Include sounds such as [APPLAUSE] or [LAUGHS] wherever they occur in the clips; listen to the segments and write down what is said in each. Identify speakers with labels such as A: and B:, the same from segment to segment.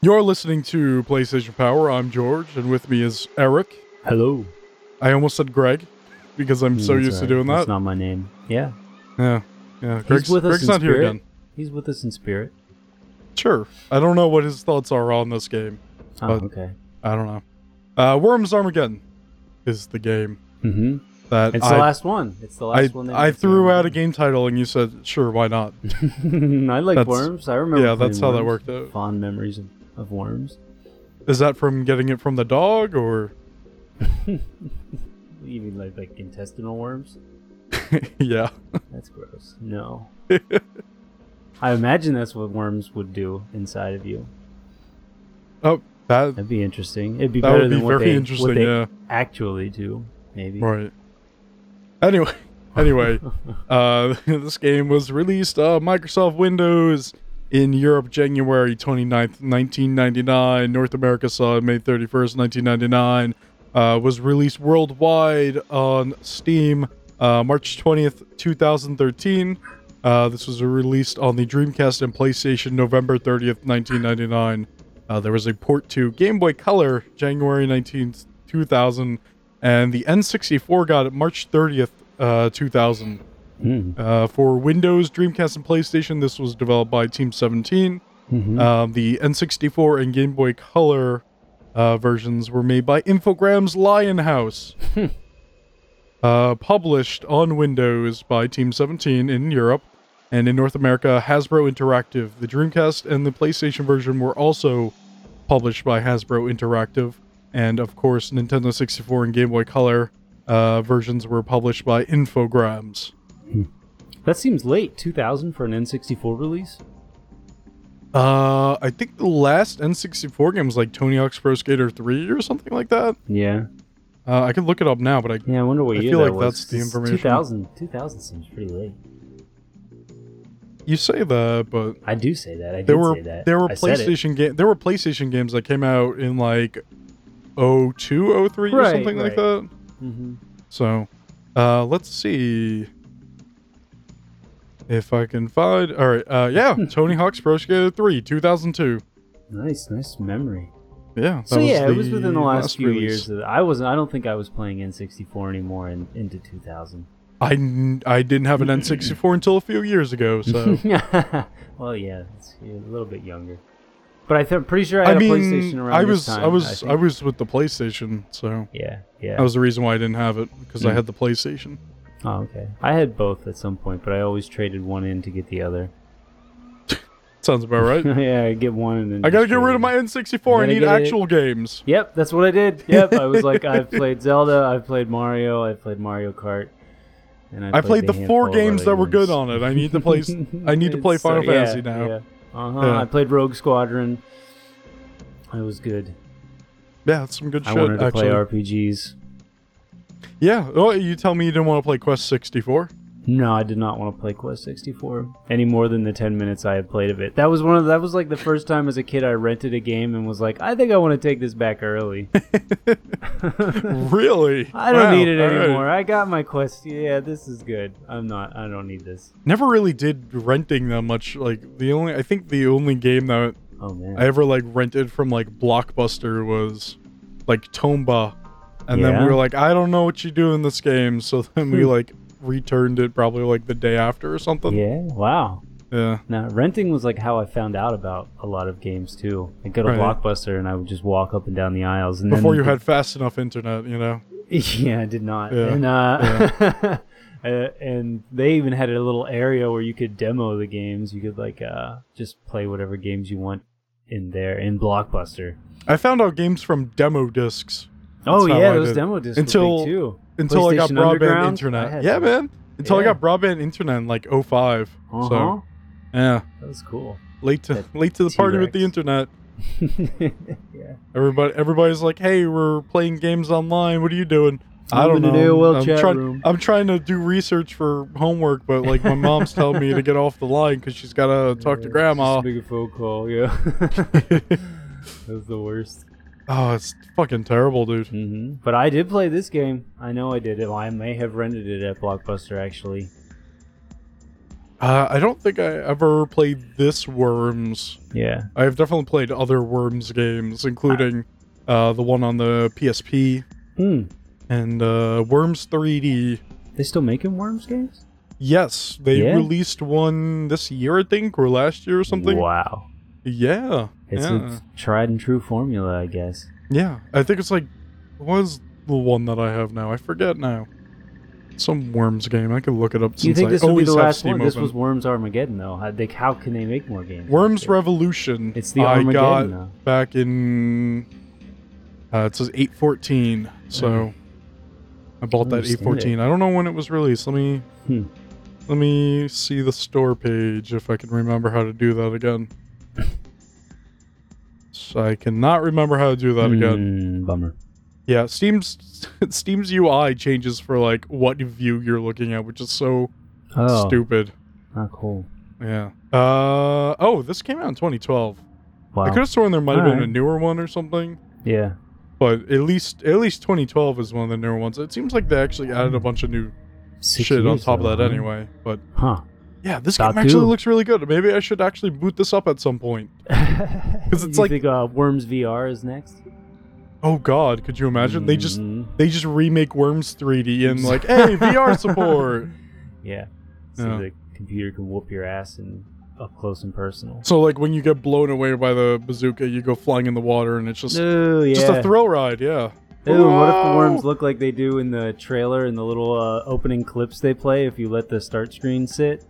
A: You're listening to PlayStation Power. I'm George, and with me is Eric.
B: Hello.
A: I almost said Greg because I'm so
B: Mm, That's
A: used to
B: alright.
A: doing
B: That's
A: that.
B: not my name. Yeah.
A: yeah, yeah. Greg's,
B: with us
A: Greg's
B: in
A: not here
B: spirit.
A: again.
B: He's with us in spirit.
A: Sure. I don't know what his thoughts are on this game.
B: Oh,
A: Uh,
B: okay.
A: I don't know. Uh, Worms Armageddon is the game
B: Mm-hmm.
A: that
B: It's
A: I,
B: the last one. It's the
A: I,
B: last one.
A: I threw out a game title, and you said, "Sure, why not?"
B: game. [LAUGHS] I like
A: That's-
B: worms. I remember.
A: yeah, that's
B: playing
A: how that
B: worms.
A: worked out.
B: Fond memories of, of worms. [LAUGHS]
A: Is that from getting it from the dog, or [LAUGHS]
B: Even like like intestinal worms.
A: yeah?
B: That's gross.
A: [LAUGHS]
B: No. I imagine that's what worms would do inside of you.
A: Oh, that
B: That'd be interesting. It'd be
A: that
B: better
A: would be
B: than what
A: very
B: they,
A: interesting.
B: what they
A: yeah,
B: actually do. Maybe. [LAUGHS]
A: right. Anyway, [LAUGHS] anyway, Uh, [LAUGHS] this game was released uh, Microsoft Windows in Europe January 29th, 1999. North America saw it May 31st, 1999. Uh, was released worldwide on Steam uh, March 20th, 2013. Uh, this was released on the Dreamcast and PlayStation November 30th, 1999. Uh, there was a port to Game Boy Color January 19th, 2000, and the N64 got it March 30th, uh, 2000.
B: Mm.
A: Uh, for Windows, Dreamcast, and PlayStation, this was developed by Team 17.
B: Mhm.
A: Um, the N64 and Game Boy Color uh, versions were made by Infogrames Lion House.
B: Hmm.
A: uh, published on Windows by Team 17 in Europe and in North America, Hasbro Interactive. The Dreamcast and the PlayStation version were also published by Hasbro Interactive. And of course, Nintendo 64 and Game Boy Color uh, versions were published by Infogrames.
B: That seems late. 2000 for an N64 release?
A: Uh, I think the last N64 game was like Tony Hawk's Pro Skater 3 or something like that.
B: Yeah.
A: Uh, I could look it up now, but I
B: Yeah, I wonder what
A: I
B: year
A: feel
B: that
A: like
B: was.
A: that's the
B: It's
A: information.
B: 2000, 2000 seems pretty late.
A: you say that, but
B: I do say that. I
A: there
B: did
A: were
B: say that.
A: there were
B: I said it.
A: PlayStation game there were PlayStation games that came out in like 02, 03 or
B: Right,
A: something like
B: right.
A: that.
B: Mhm.
A: So, uh, let's see if I can find. All right, uh,
B: [LAUGHS]
A: yeah, Tony Hawk's Pro Skater 3, 2002.
B: Nice, nice memory.
A: Yeah. that
B: So yeah, it was within the last, few
A: release.
B: years that I wasn't. I don't think I was playing N64 anymore in, into 2000.
A: I, n- I didn't have an N64 until a few years
B: [LAUGHS]
A: ago, so.
B: well, yeah, it's, you're a little bit younger. But I th- I'm pretty sure I
A: I
B: had
A: mean,
B: a PlayStation around
A: I
B: this
A: was,
B: time,
A: I was, I,
B: think.
A: was with the PlayStation, so
B: Yeah, yeah.
A: that was the reason why I didn't have it because I
B: Mm.
A: had the PlayStation.
B: oh, okay. I had both at some point, but I always traded one in to get the other.
A: Sounds about right.
B: [LAUGHS] yeah, I get one and then
A: I gotta
B: just
A: get
B: trade
A: rid
B: it.
A: of my N64. I
B: Gotta
A: need
B: get it.
A: actual games.
B: Yep, that's what I did. Yep, I was like, [LAUGHS] I've played Zelda, I've played Mario, I've played Mario Kart, and
A: I played
B: a
A: the four
B: handful of
A: games
B: other
A: that were good on
B: ones.
A: it. I need to play. s- I
B: [LAUGHS]
A: need to play
B: It's
A: Final
B: so- yeah,
A: Fantasy now. Yeah.
B: Yeah. Uh-huh.
A: Yeah.
B: I played Rogue Squadron. It was good.
A: that's some good
B: I
A: shit.
B: wanted to
A: actually,
B: play RPGs.
A: yeah. Oh, you tell me you didn't want to play Quest
B: [LAUGHS]
A: 64?
B: No, I did not want to play Quest 64 any more than the 10 minutes I had played of it. That was one of that was like the first time as a kid I rented a game and was like, I think I want to take this back early.
A: really?
B: I don't
A: Wow,
B: need it
A: all right.
B: anymore. I got my quest. Yeah, this is good. I'm not. I don't need this.
A: Never really did renting that much. Like the only, I think the only game that
B: Oh man.
A: I ever like rented from like Blockbuster was like Tomba. And then we
B: Yeah.
A: were like, I don't know what you do in this game. So [LAUGHS] then we
B: Hmm.
A: like returned it probably like the day after or something.
B: yeah. Wow.
A: Yeah.
B: Now renting was like how I found out about a lot of games too. I go to
A: Right.
B: Blockbuster and I would just walk up and down the aisles. And
A: Before you
B: then
A: had fast enough internet, you know?
B: [LAUGHS] yeah, I did not.
A: Yeah.
B: And uh, [LAUGHS] uh, and they even had a little area where you could demo the games. You could like uh, just play whatever games you want in there in Blockbuster.
A: I found out games from demo discs
B: oh
A: how
B: yeah,
A: I
B: those
A: did.
B: demo discs were
A: Until-
B: big too.
A: until I got
B: PlayStation
A: broadband
B: Underground? I
A: internet.
B: had
A: Yeah,
B: that.
A: man. Until I
B: Yeah.
A: got broadband internet in like 5
B: Uh-huh.
A: So, yeah.
B: That was cool. [LAUGHS]
A: Late to
B: That
A: late to the party with the
B: T-Rex.
A: internet.
B: yeah.
A: Everybody everybody's like, "Hey, we're playing games online. What are you doing?" I
B: I'm
A: don't
B: in an
A: know.
B: AOL
A: I'm
B: chat
A: trying,
B: room.
A: I'm trying to do research for homework, but like my mom's telling me to get off the line because she's got
B: [LAUGHS]
A: to talk to grandma.
B: Just make a phone
A: [LAUGHS]
B: call. Yeah. That's the worst.
A: Oh, it's fucking terrible, dude.
B: hmm But I did play this game. I know I did. it. I may have rented it at Blockbuster actually.
A: Uh, I don't think I ever played this Worms.
B: Yeah.
A: I have definitely played other Worms games, including uh, the one on the PSP
B: Hmm.
A: and uh, Worms 3D.
B: They still making Worms games?
A: Yes, they
B: Yeah?
A: released one this year, I think, or last year or something.
B: Wow.
A: Yeah,
B: It's
A: yeah,
B: a tried and true formula, I guess.
A: yeah. I think it's like what was the one that I have now? I forget now. Some Worms game. I could look it up.
B: Do you
A: since
B: think
A: I
B: this would be
A: always
B: the
A: have
B: last
A: Steam
B: one? This
A: open.
B: was Worms Armageddon, though. How, they, how can they make more games?
A: Worms
B: like this?
A: Revolution.
B: It's the
A: I
B: Armageddon,
A: got
B: though.
A: back in. Uh, it says eight fourteen. So
B: Hmm.
A: I bought that eight
B: Understand
A: fourteen. I don't know when it was released. Let me
B: Hmm.
A: let me see the store page if I can remember how to do that
B: [LAUGHS]
A: again. so I cannot remember how to do that again.
B: Hmm, bummer.
A: Yeah, Steam's [LAUGHS] Steam's UI changes for like what view you're looking at, which is so
B: Oh,
A: stupid.
B: not cool.
A: Yeah. Uh oh, this came out in 2012. I could
B: Wow.
A: have sworn there might have been a
B: Alright.
A: newer one or something,
B: Yeah.
A: but at least at least 2012 is one of the newer ones. It seems like they actually added a bunch of new
B: Six
A: shit on
B: years,
A: top
B: though,
A: of that
B: huh?
A: anyway. But
B: Huh.
A: yeah, this
B: That
A: game actually
B: too.
A: looks really good. Maybe I should actually boot this up at some point. [LAUGHS]
B: Because
A: it's
B: you
A: like-
B: think, uh, Worms VR is next.
A: Oh God, could you imagine? They just
B: Mhm.
A: they just remake Worms 3D and like, hey, VR
B: [LAUGHS]
A: support.
B: Yeah. So
A: Yeah.
B: the computer can whoop your ass and up close and personal.
A: So like when you get blown away by the bazooka, you go flying in the water and it's just
B: Ooh, yeah.
A: just a thrill ride. Yeah.
B: Ooh, what if the worms
A: Whoa!
B: look like they do in the trailer and the little uh, opening clips they play if you let the start screen sit?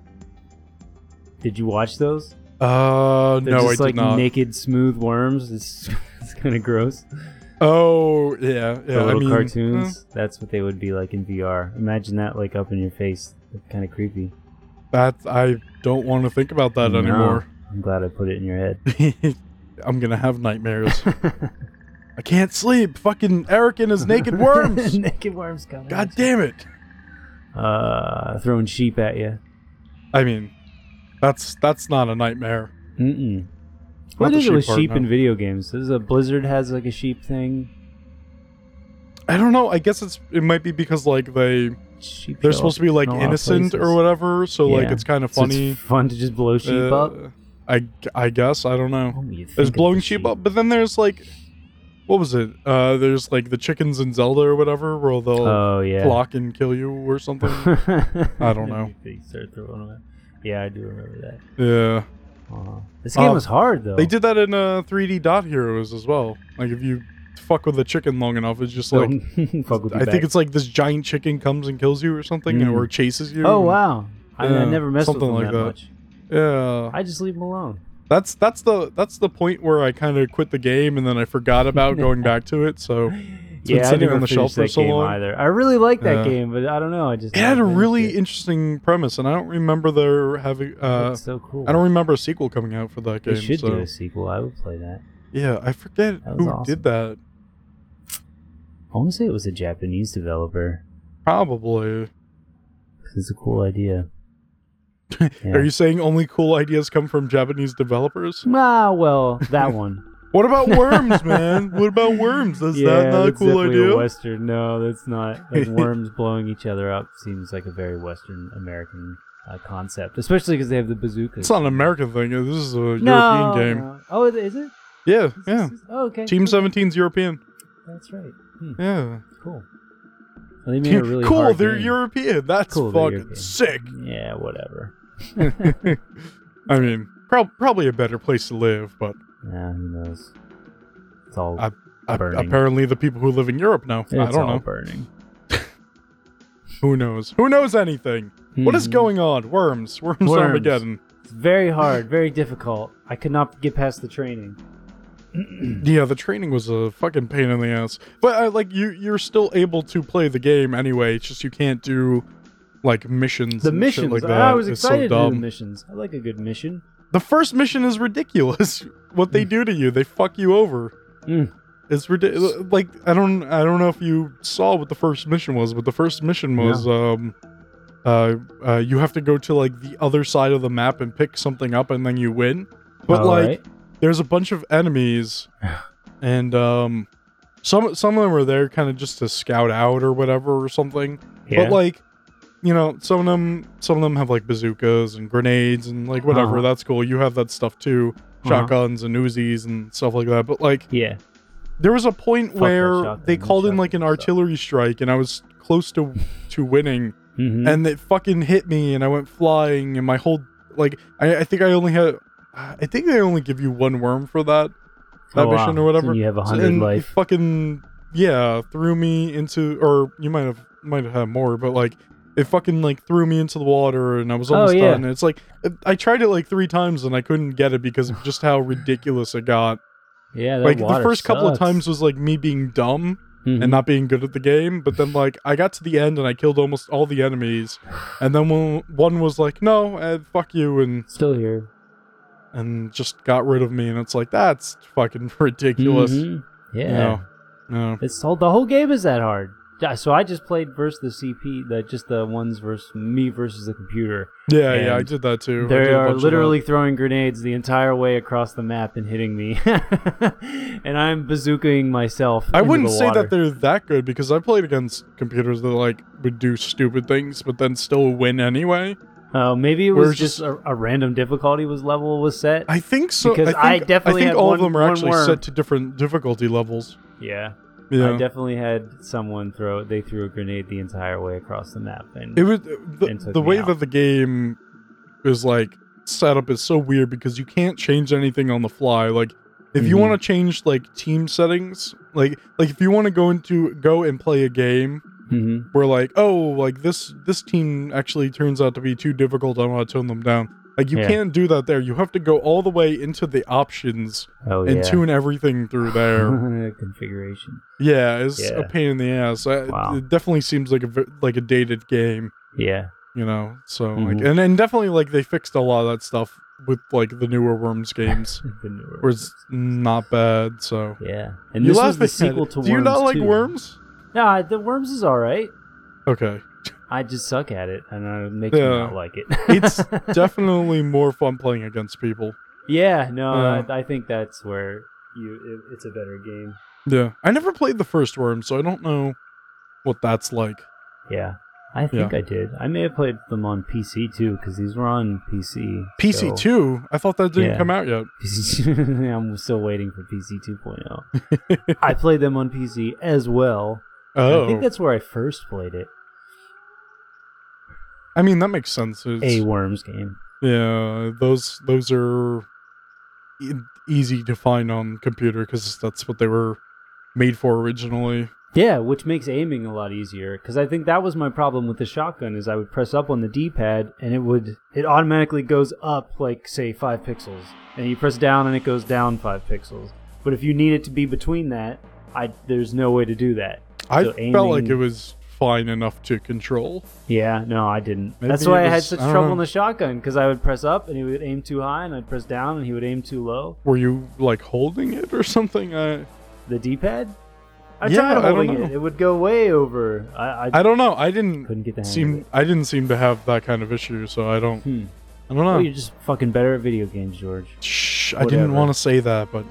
B: Did you watch those?
A: Uh,
B: They're
A: no, I
B: just
A: did
B: like
A: not.
B: naked, smooth worms. It's, [LAUGHS] it's kind of gross.
A: oh yeah, yeah.
B: the
A: I
B: little
A: mean,
B: cartoons. That's what they would be like in VR. Imagine that like up in your face. Kind of creepy.
A: hmm, That I don't want to think about that
B: No. [LAUGHS]
A: anymore.
B: I'm glad I put it in your head.
A: I'm gonna have nightmares.
B: [LAUGHS]
A: I can't sleep. Fucking Eric and his [LAUGHS] naked worms.
B: [LAUGHS] naked worms coming.
A: God damn it.
B: Uh, throwing sheep at you.
A: I mean, that's that's not a nightmare.
B: Mm-mm.
A: Not
B: What
A: the
B: is it with
A: part,
B: sheep
A: no.
B: in video games? Does a Blizzard has like a sheep thing?
A: I don't know. I guess it's it might be because like they
B: Sheep.
A: they're
B: show
A: supposed to
B: up
A: be like
B: in a lot of
A: innocent or
B: places.
A: whatever. So like
B: Yeah.
A: it's kind of
B: So
A: funny.
B: it's fun to just blow sheep
A: Uh,
B: up.
A: I I guess I don't know.
B: Oh, you think
A: There's
B: of the
A: blowing sheep up, but then there's like, what was it? Uh, there's like the chickens in Zelda or whatever, where they'll
B: Oh yeah.
A: block and kill you or
B: [LAUGHS]
A: something. I don't know.
B: They start throwing 'em out. Yeah, I do remember that.
A: yeah,
B: Uh, this game
A: Uh,
B: was hard though.
A: they
B: [LAUGHS]
A: did that in uh 3D Dot Heroes as well. Like if you fuck with the chicken long enough, it's just
B: [LAUGHS]
A: like
B: fuck with you
A: I think
B: back.
A: it's like this giant chicken comes and kills you or something,
B: Mm.
A: or chases you.
B: Oh wow! I, I
A: Yeah,
B: never messed with
A: something
B: them
A: like
B: that,
A: that.
B: much.
A: Yeah,
B: I just leave them alone.
A: that's that's the that's the point where I kind of quit the game and then I forgot
B: [LAUGHS]
A: about going back to it. So been
B: yeah, I
A: sitting
B: never
A: on the shelf
B: finished
A: for
B: that
A: so
B: game
A: long.
B: either. I really like that
A: Yeah.
B: game, but I don't know. I just
A: it had a
B: never finished
A: really
B: it.
A: interesting premise, and I don't remember there having. Uh,
B: That's so cool.
A: I don't remember a sequel coming out for that game.
B: They should
A: so.
B: do a sequel. I would play that.
A: Yeah, I forget
B: That was
A: who
B: awesome.
A: did that.
B: I want to say it was a Japanese developer.
A: Probably.
B: 'cause It's a cool idea. Yeah.
A: [LAUGHS] Are you saying only cool ideas come from Japanese developers?
B: Ah, well,
A: [LAUGHS]
B: that one.
A: What
B: [LAUGHS]
A: about worms, man? What about worms? Is
B: yeah,
A: that not a
B: that's
A: cool
B: definitely
A: idea?
B: a Western. No,
A: [LAUGHS]
B: that's not. Like worms blowing each other up seems like a very Western American uh, concept, especially because they have the bazookas.
A: it's not an American thing. This is a
B: no,
A: European game.
B: no. Oh, is it- is it?
A: Yeah,
B: Is
A: yeah.
B: this- Oh, okay.
A: Team
B: cool.
A: 17's European.
B: That's right. [LAUGHS] Hmm,
A: Yeah.
B: cool. Well, they made a really
A: cool,
B: hard
A: they're
B: game.
A: European. That's
B: Cool, they're
A: fucking
B: European. [LAUGHS]
A: sick.
B: Yeah, whatever.
A: I mean, prob- probably a better place to live, but
B: Nah, who knows? It's all.
A: I- ap-
B: Burning.
A: apparently the people who live in Europe know.
B: it's
A: I don't
B: all
A: know.
B: burning.
A: Who knows? Who knows anything? What is
B: Mhm.
A: going on? Worms. Worms,
B: Worms.
A: Armageddon.
B: It's very hard, very difficult. I could not get past the training. Hmm.
A: Yeah, the training was a fucking pain in the ass. But uh, like you, you're still able to play the game anyway. It's just you can't do like missions.
B: The
A: and shit
B: missions. Ah,
A: like that.
B: I was
A: It's
B: excited
A: so
B: to do
A: dumb.
B: the missions. I like a good mission.
A: the first mission is ridiculous. [LAUGHS] what they do to you, they fuck you over.
B: Mm.
A: It's ridiculous. Like I don't, I don't know if you saw what the first mission was, but the first mission was um, uh, uh, you have to go to like the other side of the map and pick something up, and then you win. But
B: All
A: like,
B: Oh, right.
A: there's a bunch of
B: [SIGHS]
A: enemies and um some some of them are there kind of just to scout out or whatever or something
B: yeah.
A: but like you know, some of them, some of them have like bazookas and grenades and like whatever.
B: Uh-huh.
A: That's cool. You have that stuff too,
B: Uh-huh.
A: shotguns and Uzis and stuff like that. But like,
B: Yeah.
A: there was a point
B: Fuck that
A: where
B: shotgun,
A: they
B: that
A: called in like an
B: shotgun sucks.
A: artillery strike, and I was close to to winning,
B: hmm
A: and it fucking hit me, and I went flying, and my whole like, I, I think I only had, I think they only give you one worm for that that mission or whatever.
B: And Oh, you have a
A: So-
B: hundred
A: and it
B: life.
A: Fucking yeah, threw me into, or you might have might have had more, but like it fucking like threw me into the water, and I was
B: Oh,
A: almost
B: yeah.
A: done. And it's like I tried it like three times, and I couldn't get it because of just how ridiculous it got.
B: Yeah. That
A: like the
B: water
A: first couple of
B: sucks.
A: times was like me being dumb
B: Mhm.
A: and not being good at the game, but then like I got to the end and I killed almost all the enemies, and then one, one was like, no, eh, fuck you, and
B: still here.
A: and just got rid of me, and it's like that's fucking ridiculous.
B: Mhm. Yeah.
A: No. No.
B: It's all, the whole game is that hard. Yeah, So I just played versus the CP, the just the ones versus me versus the computer.
A: Yeah, yeah, I
B: And
A: did that too. I
B: They
A: did a
B: are
A: bunch of
B: literally throwing grenades the entire way across the map and hitting me, [LAUGHS] and I'm bazooking myself.
A: that. I
B: into
A: wouldn't
B: the
A: say
B: water.
A: that they're that good because I played against computers that like would do stupid things, but then still win anyway.
B: Uh, maybe it
A: We're
B: was just,
A: just-
B: a, a random difficulty was level was set.
A: I think so.
B: Because
A: I,
B: I
A: think,
B: definitely
A: think
B: had
A: all
B: one-
A: of them are
B: one
A: actually
B: worm.
A: set to different difficulty levels.
B: yeah, I
A: Yeah,
B: definitely had someone throw. They threw a grenade the entire way across the map, and
A: it was
B: And
A: the,
B: took
A: the
B: me
A: way
B: out.
A: that the game is like set up is so weird because you can't change anything on the fly. Like if you
B: Mhm.
A: want to change like team settings, like like if you want to go into go and play a game
B: Mhm.
A: we're like, oh, like this this team actually turns out to be too difficult. I want to tone them down. Like you
B: Yeah.
A: can't do that there. You have to go all the way into the options
B: oh
A: and
B: yeah,
A: tune everything through there.
B: [LAUGHS] configuration.
A: yeah, it's a
B: Yeah.
A: pain in the ass. I,
B: Wow.
A: It definitely seems like a ve- like a dated game,
B: Yeah,
A: you know. So like,
B: Mhm.
A: and and definitely like they fixed a lot of that stuff with like the newer Worms games,
B: The newer
A: where it's not bad. So
B: Yeah, and
A: you
B: this was
A: laugh
B: the
A: at-
B: sequel to Worms.
A: Do you not like
B: 2.
A: Worms?
B: Nah, the Worms is all right.
A: Okay.
B: I just suck at it, and I make
A: Yeah.
B: you not like it. [LAUGHS]
A: It's Definitely more fun playing against people.
B: yeah. No,
A: Yeah.
B: I, I think that's where you. It, it's a better game.
A: Yeah. I never played the first Worm, so I don't know what that's like.
B: Yeah, I think I did. I may have played them on PC too, because these were on PC.
A: PC
B: so-
A: 2? I thought that didn't
B: Yeah.
A: come out yet.
B: [LAUGHS] I'm still waiting for PC 2.0. oh.
A: [LAUGHS]
B: I played them on PC as well. I
A: Oh.
B: think that's where I first played it.
A: I mean, that makes sense. It's-
B: A Worms game.
A: yeah, those those are e- easy to find on computer because that's what they were made for originally.
B: Yeah, which makes aiming a lot easier because I think that was my problem with the shotgun is I would press up on the D-pad and it would it automatically goes up like say 5 pixels and you press down and it goes down 5 pixels. But if you need it to be between that, I there's no way to do that.
A: I
B: So
A: felt like
B: aiming-
A: it was fine enough to control.
B: Yeah, no, I didn't.
A: Maybe
B: That's why
A: it
B: I had
A: was-
B: such
A: I don't
B: trouble
A: know.
B: in the shotgun because I would press up and he would aim too high and I'd press down and he would aim too low.
A: Were you like holding it or [LAUGHS] something? I
B: The D-pad? I
A: Yeah, I
B: tried
A: don't
B: holding it.
A: know.
B: It would go way over. I, I,
A: I don't know. I didn't
B: couldn't get the hang of
A: seem
B: it.
A: I didn't seem to have that kind of issue, so I don't
B: Hmm.
A: I don't know.
B: Oh, you're just fucking better at video games, George.
A: Shh, I
B: Whatever.
A: didn't want to say that, but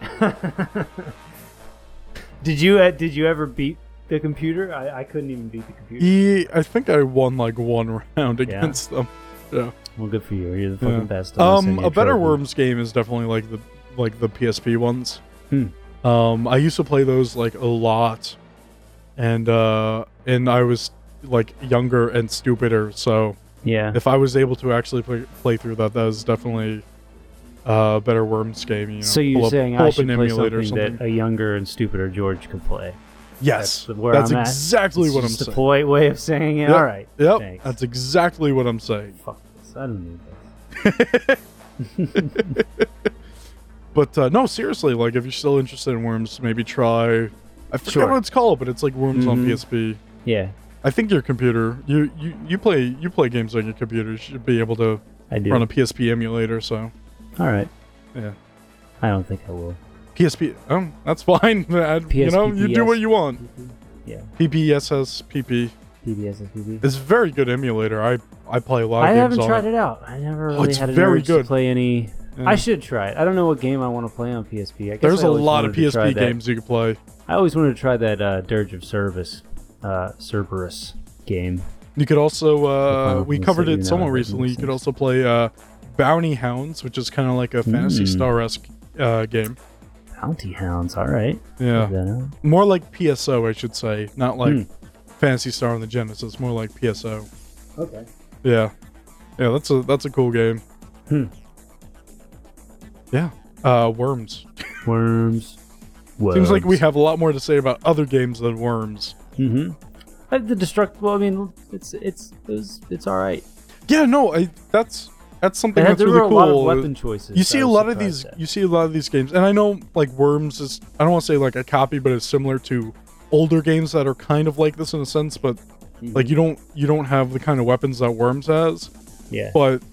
B: did you uh, did you ever beat the computer? I, I couldn't even beat the computer.
A: E, I think I won like one round against them.
B: Well, good for you. You're the
A: Yeah.
B: fucking best. I'll
A: Um,
B: send you
A: a better
B: trophy.
A: Worms game is definitely like the like the PSP ones.
B: Hmm.
A: Um, I used to play those like a lot, and uh, and I was like younger and stupider. So
B: Yeah.
A: if I was able to actually play, play through that, that is definitely uh, a better Worms game. You know,
B: so you're
A: pull up-
B: saying
A: pull
B: I
A: up
B: should
A: an
B: play
A: emulator or
B: something, that a younger and stupider George could play?
A: yes,
B: that's where
A: that's
B: I'm at.
A: exactly
B: It's
A: what I'm
B: just a
A: saying.
B: polite way of saying it.
A: Yep.
B: All right.
A: Yep,
B: Thanks.
A: that's exactly what I'm saying.
B: Fuck this. I don't need this.
A: But uh, no, seriously, like if you're still interested in Worms, maybe try. I forget
B: Sure.
A: what it's called, but it's like Worms on
B: Mhm.
A: PSP.
B: Yeah,
A: I think your computer, you, you you play you play games on your computer, you should be able to
B: I do.
A: run a PSP emulator. So
B: All right.
A: yeah,
B: I don't think I will.
A: PSP. Oh, that's [LAUGHS] fine. I- you know, you do what you want.
B: Yeah.
A: PPSSPP.
B: PBS is PB.
A: It's a very good emulator. I I play a lot of
B: I
A: games
B: haven't
A: on
B: tried
A: it.
B: it. out. I never
A: Oh,
B: really
A: it's
B: had an
A: very
B: urge
A: good.
B: to play any.
A: Yeah.
B: I should try it. I don't know what game I want to play on PSP. I guess
A: There's
B: I
A: a
B: always
A: lot of
B: wanted to try
A: PSP
B: that-
A: games you can play.
B: I always wanted to try that uh, Dirge of Service, uh, Cerberus game.
A: You could also uh,
C: Final
A: we
C: Fantasy,
A: covered
C: you
A: it
C: know,
A: somewhat
C: that makes
A: recently. You could
C: sense.
A: also play uh, Bounty Hounds, which is kind of like a Fantasy
C: Hmm.
A: Star esque uh, game.
B: Bounty hounds. All right.
A: Yeah,
B: Check that out.
A: more like PSO, I should say, not like
B: Hmm.
A: Fantasy Star on the Genesis. More like PSO.
B: Okay.
A: Yeah, yeah, that's a that's a cool game.
B: Hmm.
A: Yeah, uh, Worms.
B: Worms.
A: Seems like we have a lot more to say about other games than Worms.
B: hmm the destruct. Well, I mean, it's it's it was, it's all right.
A: Yeah, no, I that's that's something
B: They
A: that's
B: had- there
A: really
B: were a
A: cool.
B: lot of weapon choices.
A: you
B: I
A: see a
B: was
A: lot of
B: surprised
A: these
B: at.
A: you see a lot of these games and i know like worms is i don't want to say like a copy but it's similar to older games that are kind of like this in a sense but like you don't you don't have the kind of weapons that worms has
B: Mm-hmm. yeah.
A: but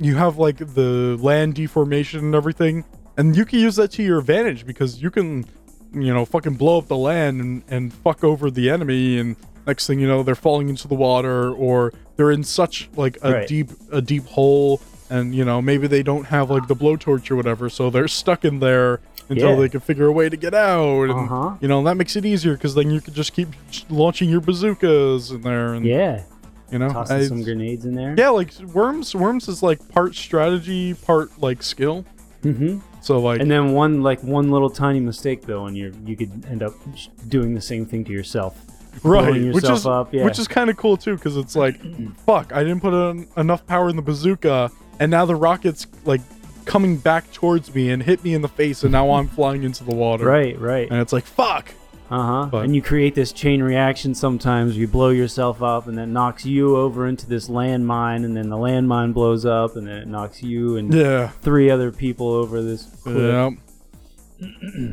A: you have like the land deformation and everything and you can use that to your advantage because you can you know fucking blow up the land and, and fuck over the enemy and next thing you know they're falling into the water or they're in such like a
B: Right.
A: deep a deep hole and you know maybe they don't have like the blowtorch or whatever so they're stuck in there until
B: Yeah.
A: they can figure a way to get out and
B: Uh-huh.
A: you know that makes it easier because then you can just keep launching your bazookas in there and
B: Yeah.
A: you know
B: Tossing
A: I-
B: some grenades in there.
A: Oh, yeah, like worms. Worms is like part strategy, part like skill.
B: hmm
A: So like,
B: And then one like one little tiny mistake though, and you you could end up sh- doing the same thing to yourself. blowing
A: right, which
B: yourself
A: is
B: up, yeah.
A: which is kind of cool too, because it's like, fuck, I didn't put en- enough power in the bazooka, and now the rocket's like coming back towards me and hit me in the face, and now
B: [LAUGHS]
A: I'm flying into the water.
B: Right. Right.
A: And it's like, fuck.
B: Uh huh.
A: But-
B: And you create this chain reaction sometimes. You blow yourself up, and that knocks you over into this landmine, and then the landmine blows up, and then it knocks you and
A: Yeah.
B: three other people over this cliff.
A: Yeah.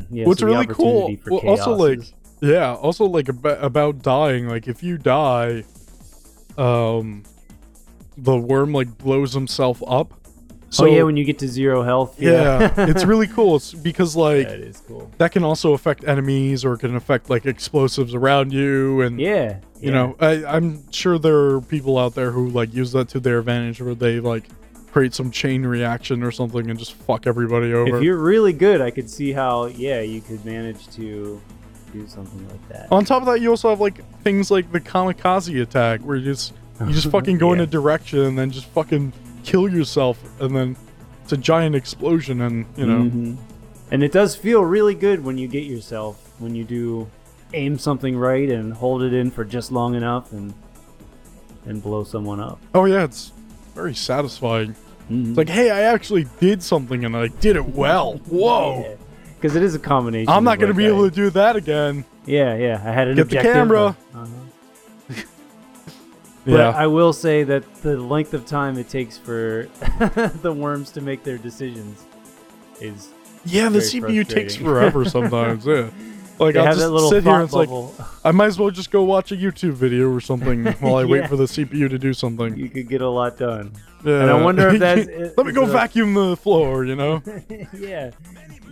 B: Yeah.
A: What's
B: so the
A: really cool.
B: opportunity for
A: Well, also
B: chaos
A: like,
B: is-
A: yeah. Also like about, about dying. Like if you die, um, the worm like blows himself up. So
B: oh yeah, when you get to zero health.
A: Yeah,
B: [LAUGHS] Yeah.
A: it's really cool. It's because like
B: that is cool.
A: that can also affect enemies or it can affect like explosives around you and
B: Yeah.
A: you know I, I'm sure there are people out there who like use that to their advantage where they like create some chain reaction or something and just fuck everybody
B: if
A: over.
B: you're really good, I could see how yeah you could manage to do something like that.
A: On top of that, you also have like things like the kamikaze attack where you just you
B: [LAUGHS]
A: just fucking go in
B: Yeah.
A: a direction and then just fucking kill yourself and then it's a giant explosion and you know
B: Mhm. And it does feel really good when you get yourself when you do aim something right and hold it in for just long enough and and blow someone up.
A: oh yeah it's very satisfying.
B: Mhm.
A: It's like, hey, I actually did something and I did it well. Whoa.
B: Yeah. Cuz it is a combination.
A: I'm not
B: going
A: going to be able to do that again.
B: Yeah, yeah. I had an
A: Get the
B: objective.
A: camera.
B: but- uh-huh. But I will say that the length of time it takes for [LAUGHS] the worms to make their decisions is
A: yeah, the
B: very
A: CPU takes
B: frustrating. [LAUGHS]
A: forever sometimes. Yeah. Like,
B: they
A: I'll
B: have that
A: just
B: little
A: sit here and
B: thought
A: it's like,
B: bubble. [LAUGHS]
A: I might as well just go watch a YouTube video or something while I wait
B: Yeah.
A: for the CPU to do something.
B: you could get a lot done. [LAUGHS]
A: Yeah.
B: I wonder
A: [LAUGHS]
B: if that's-
A: Let me
B: is
A: go
B: it a-
A: vacuum the floor, you
B: [LAUGHS]
A: know?
B: yeah. Get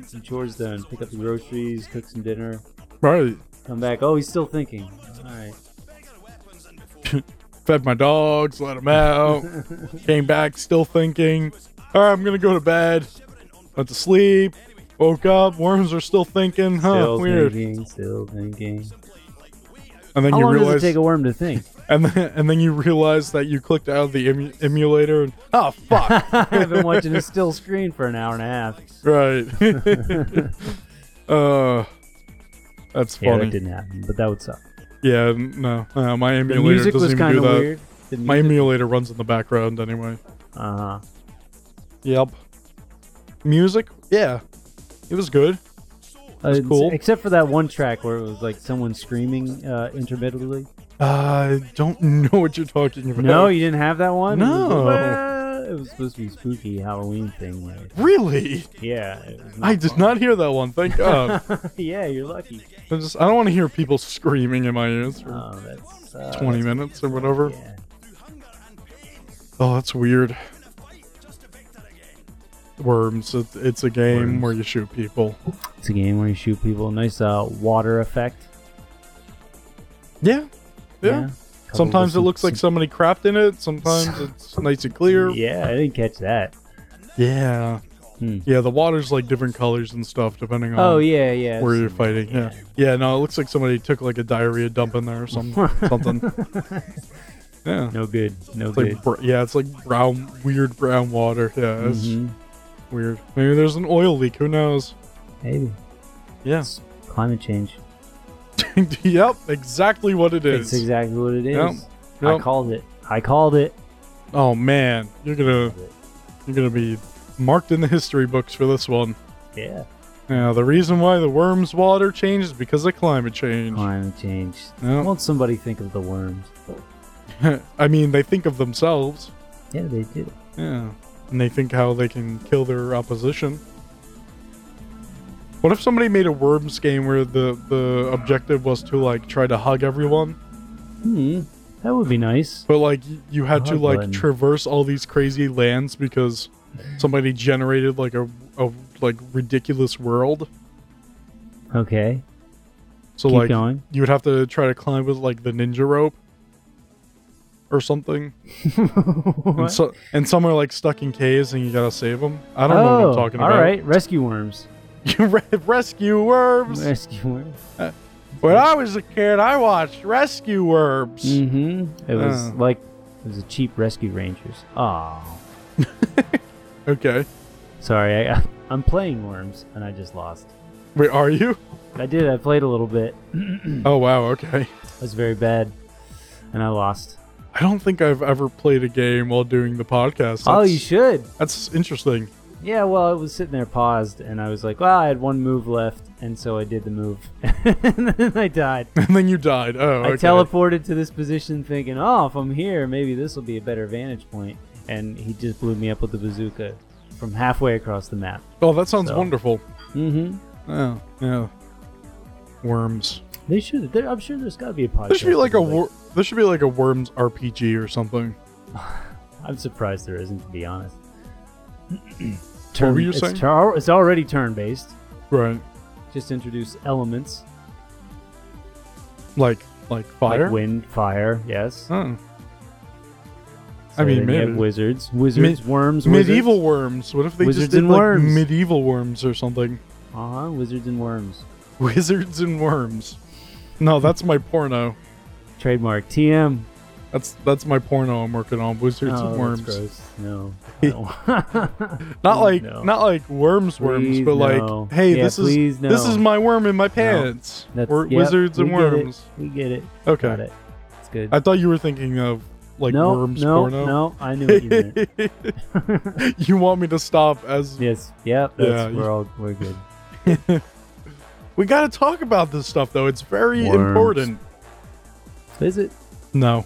B: some chores done. Pick up the groceries, cook some dinner,
A: right.
B: come back. Oh, he's still thinking. All right.
A: Fed my dogs, let them
B: [LAUGHS]
A: out. Came back, still thinking. All right, I'm going to go to bed. Went to sleep. Woke up. Worms are still thinking. Huh,
B: Still
A: Oh, weird.
B: thinking, still thinking.
A: And then
B: How
A: you
B: long
A: realize
B: does it take a worm to
A: [LAUGHS]
B: think?
A: and then, and then you realize that you clicked out of the emu- emulator and oh
B: [LAUGHS]
A: fuck
B: I've been watching a still screen for an hour and a half. [LAUGHS]
A: right uh that's
B: Yeah,
A: funny
B: that didn't happen, but that would suck.
A: yeah, no uh, my
B: The
A: emulator
B: music was
A: doesn't even
B: kind
A: do
B: of
A: that
B: weird. The
A: my
B: music-
A: emulator runs in the background anyway
B: uh-huh.
A: yep music yeah it was good
B: Uh, it's-
A: cool.
B: Except for that one track where it was like someone screaming uh, intermittently.
A: i Uh, don't know what you're talking about
B: No, you didn't have that one. It [LAUGHS]
A: No.
B: was, "Wah!" it was supposed to be spooky Halloween thing. Like,
A: really
B: yeah. It was
A: i did not hear that one thank god
B: [LAUGHS] yeah, you're lucky.
A: i just i don't want to hear people screaming in my ears for
B: Oh, that's uh,
A: 20 minutes or whatever
B: Yeah.
A: Oh, that's weird. Worms. It, it's a game
C: Worms.
A: where you shoot people.
B: It's a game where you shoot people. Nice uh, water effect.
A: Yeah. Yeah.
B: Coupled
A: Sometimes
B: with
A: it
B: some-
A: looks like somebody crapped in it. Sometimes it's nice and clear.
B: Yeah, I didn't catch that.
A: Yeah.
B: Hmm.
A: Yeah, the water's like different colors and stuff depending on
B: Oh yeah, yeah. I've
A: where you're
B: seen
A: fighting. [LAUGHS] Yeah. yeah. no, it looks like somebody took like a diarrhea dump in there or some, something. Yeah.
B: [LAUGHS] No good. No
A: It's
B: good.
A: like br- yeah, it's like brown, weird brown water. Yeah, it's
B: Mhm.
A: weird. Maybe there's an oil leak. Who knows?
B: Maybe
A: Yeah.
B: it's climate change.
A: [LAUGHS] yep. Exactly what it is.
B: It's exactly what it is.
A: Yep. Yep.
B: I called it. I called it.
A: oh man, you're gonna you're gonna be marked in the history books for this one.
B: Yeah.
A: Now, the reason why the worm's water changes is because of climate change.
B: Climate change.
A: No,
B: Won't somebody think of the worms?
A: [LAUGHS] I mean, they think of themselves.
B: Yeah, they do.
A: Yeah. And they think how they can kill their opposition. What if somebody made a worms game where the, the objective was to like try to hug everyone?
B: Hmm. That would be nice.
A: But like y- you had to
B: Hug
A: like
B: button.
A: traverse all these crazy lands because somebody generated like a, a like ridiculous world.
B: Okay. [LAUGHS]
A: So
B: Keep
A: like
B: going.
A: you would have to try to climb with like the ninja rope or something. And
B: What?
A: so and some are like stuck in caves and you gotta save them. I don't know what I'm talking about.
B: Oh, All right, rescue worms.
A: You [LAUGHS] re- rescue worms.
B: Rescue worms.
A: When I was a kid, I watched Rescue Worms.
B: Mm-hmm. It was
A: Oh.
B: like it was a cheap Rescue Rangers. Oh,
A: Okay.
B: sorry. I, [LAUGHS] I'm playing worms and I just lost.
A: Wait, are you?
B: I did. I played a little bit. Mm.
A: Oh, wow. Okay.
B: It was very bad, and I lost.
A: I don't think I've ever played a game while doing the podcast. That's,
B: oh, you should.
A: That's interesting. [LAUGHS]
B: Yeah. Well, I was sitting there paused, and I was like, "Well, I had one move left, and so I did the move, [LAUGHS] and then I died."
A: And then you died. Oh,
B: I
A: okay.
B: teleported to this position thinking, oh, if I'm here, maybe this will be a better vantage point. And he just blew me up with the bazooka from halfway across the map.
A: oh, that sounds
B: So.
A: wonderful.
B: Mm-hmm.
A: Oh, yeah. Worms.
B: They should. there- I'm sure there's got to be a podcast.
A: There should be like a
B: that's
A: wor- there should be like a Worms RPG or something.
B: I'm surprised there isn't, to be honest.
A: What were you
B: it's,
A: saying?
B: tur- it's already turn-based.
A: Right.
B: Just introduce elements
A: Like like fire.
B: like wind, fire. Yes.
A: oh.
B: So
A: I mean,
B: then you have
A: maybe.
B: wizards, wizards, worms,
A: Medieval worms. What if they
B: Wizards
A: just did
B: and
A: like
B: worms.
A: medieval worms or something? [LAUGHS]
B: Uh huh. Wizards and worms.
A: Wizards and Worms. No, that's my porno.
B: Trademark TM.
A: That's that's my porno I'm working on. Wizards
B: oh,
A: and
B: that's
A: Worms.
B: gross.
A: [LAUGHS]
B: No. I don't- [LAUGHS]
A: Not like
B: No.
A: not like worms worms,
B: Please,
A: but like
B: no.
A: hey,
B: Yeah,
A: this
B: please,
A: is this
B: no.
A: is my worm in my pants.
B: That's-
A: We're
B: yep,
A: Wizards and
B: we get it.
A: Worms.
B: We get it. Got
A: Okay.
B: it. It's good.
A: I thought you were thinking of like
B: no,
A: worms
B: no,
A: porno. [LAUGHS]
B: no. I knew what you meant.
A: you want me to stop as
B: yes. Yep. That's,
A: Yeah, you-
B: we're all
A: [LAUGHS]
B: we're good.
A: We got to talk about this stuff though. It's very
B: Worms.
A: important.
B: Is it? [LAUGHS]
A: No.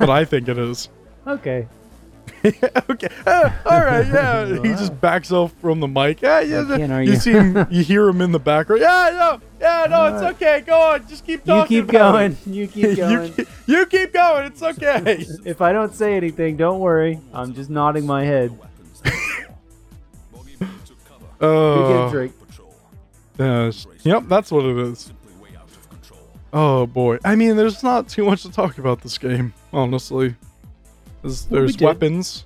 A: but I think it is.
B: Okay.
A: [LAUGHS] okay. Uh, all right. Yeah. He just backs off from the mic. Yeah. Yeah.
B: I can't
A: the-
B: argue.
A: you see
B: [LAUGHS]
A: him. You hear him in the background. Yeah. No. Yeah. No. It's okay. Go on. Just keep
B: You
A: talking.
B: keep
A: about
B: going.
A: it.
B: [LAUGHS] You
A: [LAUGHS]
B: keep
A: you,
B: going.
A: keep, you keep going.
B: [LAUGHS]
A: It's okay.
B: If I don't say anything, don't worry. I'm just nodding my head. We get a
A: [LAUGHS] Oh.
B: drink.
A: Uh, yep. That's what it is. Oh boy. I mean, there's not too much to talk about this game, honestly. There's,
B: Well, we
A: there's
B: did.
A: weapons.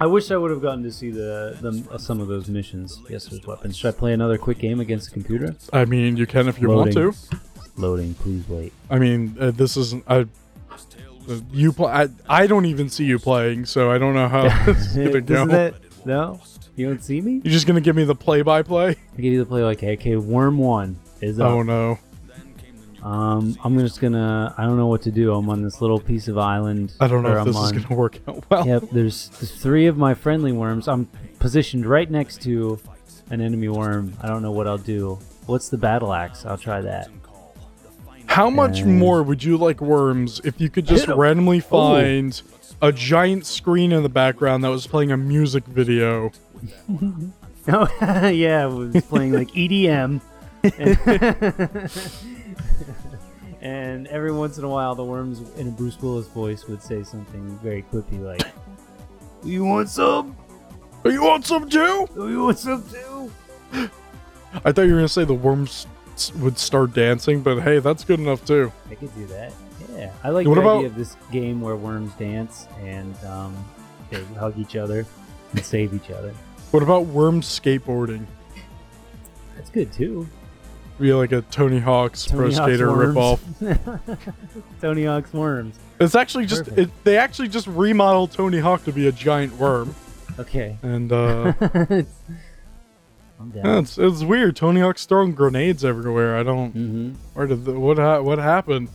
B: I wish I would have gotten to see the, the uh, some of those missions. Yes, there's weapons. Should I play another quick game against the computer?
A: I mean, you can if you
B: Loading.
A: want to.
B: Loading. Please
A: [LAUGHS]
B: wait.
A: I mean, uh, this isn't. I, uh, you play. I, I don't even see you playing, so I don't know [LAUGHS] how this is
B: [LAUGHS]
A: gonna
B: Isn't
A: go.
B: that no? You don't see me?
A: You're just gonna give me the play-by-play?
B: I give you the play like, okay, Worm One is up.
A: Oh no!
B: Um, I'm just gonna. I don't know what to do. I'm on this little piece of island.
A: I don't know
B: or
A: if
B: I'm
A: this is
B: on-
A: gonna work out well.
B: [LAUGHS] Yep. There's th- three of my friendly worms. I'm positioned right next to an enemy worm. I don't know what I'll do. What's the battle axe? I'll try that.
A: How much
B: And-
A: more would you like worms if you could just
B: Hit 'em.
A: randomly find a giant screen in the background that was playing a music video?
B: [LAUGHS] Oh [LAUGHS] yeah, I was playing [LAUGHS] like E EDM. And, and every once in a while, the worms in a Bruce Willis voice would say something very quippy like, "You want some?
A: Oh, you want some too?
B: Oh, you want some too?"
A: I thought you were gonna say the worms s- would start dancing, but hey, that's good enough too.
B: I could do that. Yeah, I like
A: What
B: the
A: about-
B: idea of this game where worms dance and um, they hug each other and save each other.
A: What about worms skateboarding?
B: That's good too.
A: be like a Tony Hawk's Pro
B: Tony Hawk's
A: Skater
B: worms.
A: ripoff.
B: [LAUGHS] Tony Hawk's worms.
A: It's actually just
B: Perfect.
A: it, they actually just remodeled Tony Hawk to be a giant worm,
B: Okay.
A: and
B: [LAUGHS]
A: uh,
B: I'm
A: yeah,
B: down.
A: it's it's weird. Tony Hawk's throwing grenades everywhere. I don't
B: Mm-hmm.
A: where did the, what ha- what happened?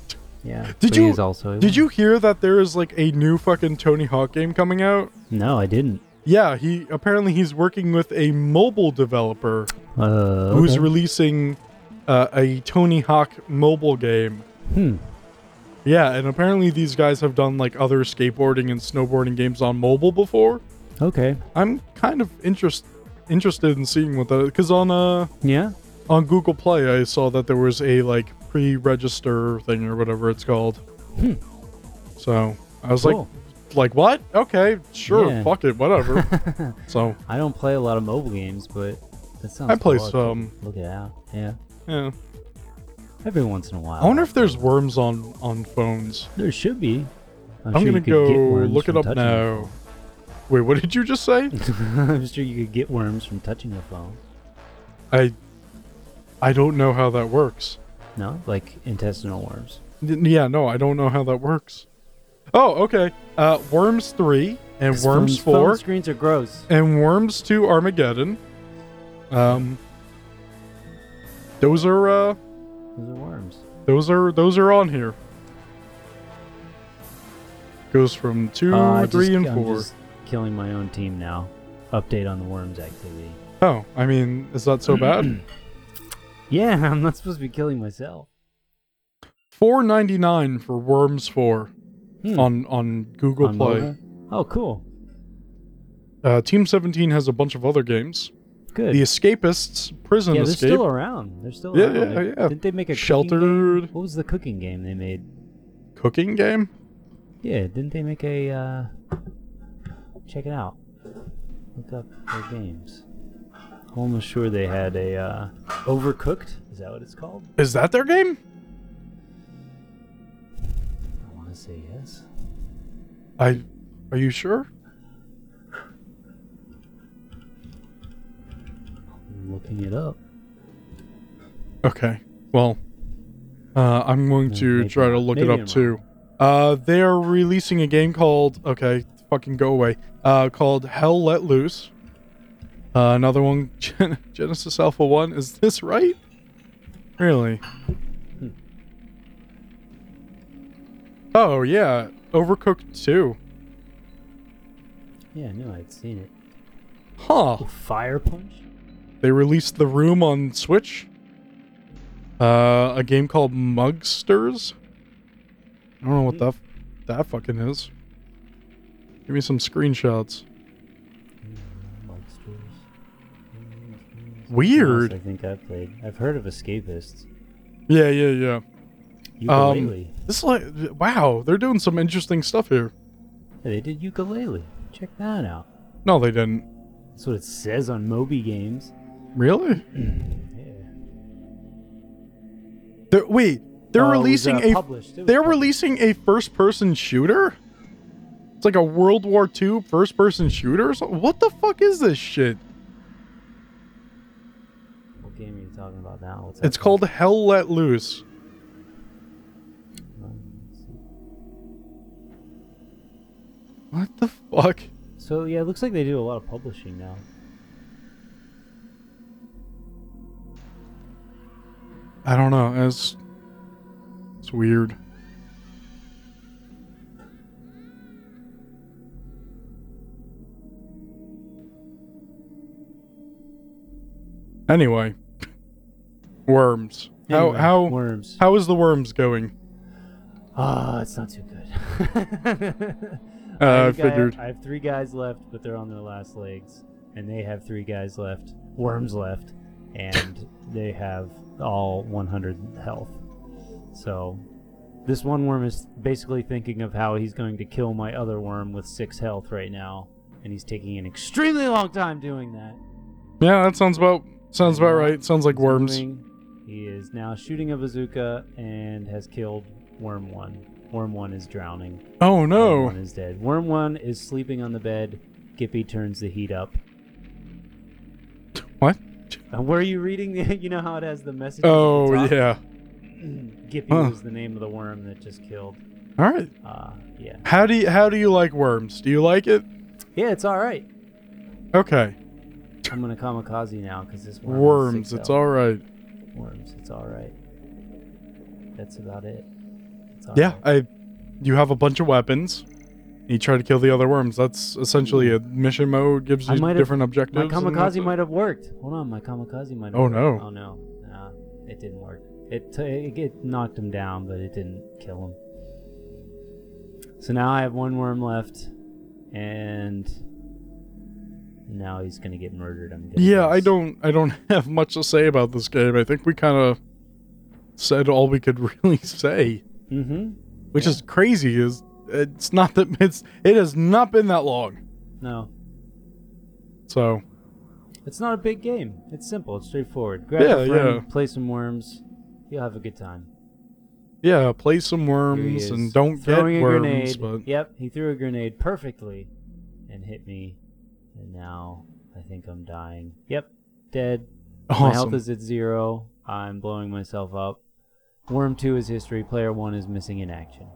B: Yeah.
A: Did
B: but
A: you-
B: he's also a
A: Did you hear that there is like a new fucking Tony Hawk game coming out?
B: No, I didn't.
A: Yeah, he apparently he's working with a mobile developer
B: Uh,
A: who's
B: okay.
A: releasing uh, a Tony Hawk mobile game.
B: Hmm.
A: Yeah, and apparently these guys have done like other skateboarding and snowboarding games on mobile before.
B: Okay.
A: I'm kind of interest interested in seeing what that because on uh
B: Yeah.
A: on Google Play I saw that there was a like pre-register thing or whatever it's called.
B: Hmm.
A: So I was
B: Cool.
A: like, like what? Okay, sure,
B: Yeah.
A: fuck it, whatever.
B: [LAUGHS]
A: so
B: I don't play a lot of mobile games, but that sounds.
A: I play
B: cool.
A: some.
B: Look at that. Yeah.
A: yeah,
B: Every once in a while.
A: I wonder if there's worms on on phones.
B: There should be. I'm,
A: I'm
B: sure
A: gonna
B: you could get
A: go
B: worms
A: look it
B: from
A: up
B: touching Hmm.
A: now. Wait, what did you just say?
B: a phone. [LAUGHS] I'm sure you could get worms from touching a phone.
A: I I don't know how that works.
B: No, like intestinal worms.
A: N- yeah, no, I don't know how that works. Oh, okay. Uh, Worms three and
B: 'Cause
A: Worms
B: phones- phone
A: four
B: screens are gross.
A: and Worms two Armageddon. Um, those are uh,
B: Those are worms.
A: those are those are on here. Goes from two,
B: Uh, I
A: three,
B: just-
A: and
B: I'm
A: four.
B: just killing my own team now. Update on the worms activity.
A: Oh, I mean, is that so
B: [CLEARS THROAT]
A: bad?
B: Yeah, [LAUGHS] I'm not supposed to be killing myself.
A: Four ninety nine for Worms four
B: Hmm.
A: on on Google
B: On
A: Play.
B: mobile? Oh, cool.
A: Uh, Team Seventeen has a bunch of other games.
B: Good.
A: The Escapists, Prison
B: yeah, they're
A: Escape.
B: still around. They're still
A: Yeah,
B: around.
A: yeah,
B: They-
A: yeah.
B: Didn't they make a cooking
A: Sheltered.
B: game? What was the cooking game they made?
A: cooking game?
B: Yeah, didn't they make a? uh Check it out. Look up their games. Almost sure they had a uh Overcooked. Is that what it's called?
A: Is that their game?
B: I want to say yes.
A: I are you sure?
B: I'm looking it up.
A: Okay. Well, uh, I'm going
B: Yeah,
A: to
B: maybe
A: try to
B: not.
A: look it
B: Maybe
A: up
B: I'm
A: too. Uh, they are releasing a game called okay, fucking go away. Uh, called Hell Let Loose. Uh, another one, [LAUGHS] Gen- Genesis Alpha One. Is this right? Really?
B: Hmm.
A: Oh yeah, Overcooked Two.
B: Yeah, I knew I'd seen it. Oh,
A: Huh.
B: Fire Punch.
A: They released The Room on Switch. Uh, a game called Mugsters. I don't know what that that fucking is. Give me some screenshots.
B: Mm, Monsters.
A: Weird.
B: I think I played. I've heard of Escapists.
A: Yeah, yeah, yeah. Um,
B: Ukulele.
A: This is like wow, they're doing some interesting stuff here.
B: Yeah, they did ukulele. Check that out.
A: No, they didn't.
B: That's what it says on Moby Games.
A: Really?
B: Yeah.
A: They're, wait, they're
B: Oh, it was,
A: releasing
B: uh,
A: a
B: published. It was
A: they're
B: published.
A: releasing a first-person shooter. It's like a World War II first-person shooter. Or something. What the fuck is this shit?
B: What game are you talking about now? What's that
A: It's called Hell Let Loose. What the fuck?
B: So yeah, it looks like they do a lot of publishing now.
A: I don't know. It's it's weird. Anyway, worms. how
B: Anyway,
A: how
B: worms?
A: how is the worms going?
B: Ah, it's not too good.
A: [LAUGHS] Uh, I
B: think have-
A: figured.
B: I have three guys left, but they're on their last legs, and they have three guys left, worms left,
A: [LAUGHS]
B: and they have all 100 health. So, this one worm is basically thinking of how he's going to kill my other worm with six health right now, and he's taking an extremely long time doing that.
A: yeah, that sounds about sounds about right. Sounds like
B: He's
A: worms.
B: moving. He is now shooting a bazooka and has killed worm one. Worm one is drowning.
A: Oh
B: Worm
A: no.
B: one is dead. Worm one is sleeping on the bed. Gippy turns the heat up.
A: What?
B: And where are you reading? The, [LAUGHS] you know how it has the message.
A: Oh yeah.
B: [CLEARS THROAT] Gippy
A: Huh.
B: was the name of the worm that just killed.
A: All right.
B: Uh, yeah,
A: How do you how do you like worms? Do you like it?
B: yeah, it's all right.
A: Okay.
B: I'm gonna kamikaze now because this worm has
A: Worms.
B: six
A: It's
B: out.
A: all right.
B: Worms. It's all right. That's about it. It's all
A: Yeah.
B: right.
A: I. You have a bunch of weapons. You try to kill the other worms. That's essentially a mission mode. Gives
B: I
A: you
B: might have-
A: different
B: My
A: objectives. and that's
B: kamikaze
A: it.
B: might have worked. Hold on, my kamikaze might. have
A: Oh,
B: worked.
A: no.
B: Oh no! Nah, it didn't work. It, t- it it knocked him down, but it didn't kill him. So now I have one worm left, and now he's gonna get murdered. I'm gonna
A: Yeah. I
B: guess.
A: don't. I don't [LAUGHS] have much to say about this game. I think we kind of said all we could [LAUGHS] really say,
B: Mm-hmm.
A: which is crazy. Is it's not that it's it has not been that long.
B: No,
A: So
B: it's not a big game. It's simple. It's straightforward. Grab
A: Yeah,
B: a friend,
A: yeah.
B: play some worms. You'll have a good time.
A: yeah, play some
B: Here he
A: worms and
B: is,
A: don't get
B: throwing a
A: worms.
B: grenade.
A: But
B: Yep, he threw a grenade perfectly and hit me. And now I think I'm dying. Yep, dead. My health
A: awesome.
B: is at zero. I'm blowing myself up. Worm 2 is history. Player 1 is missing in action.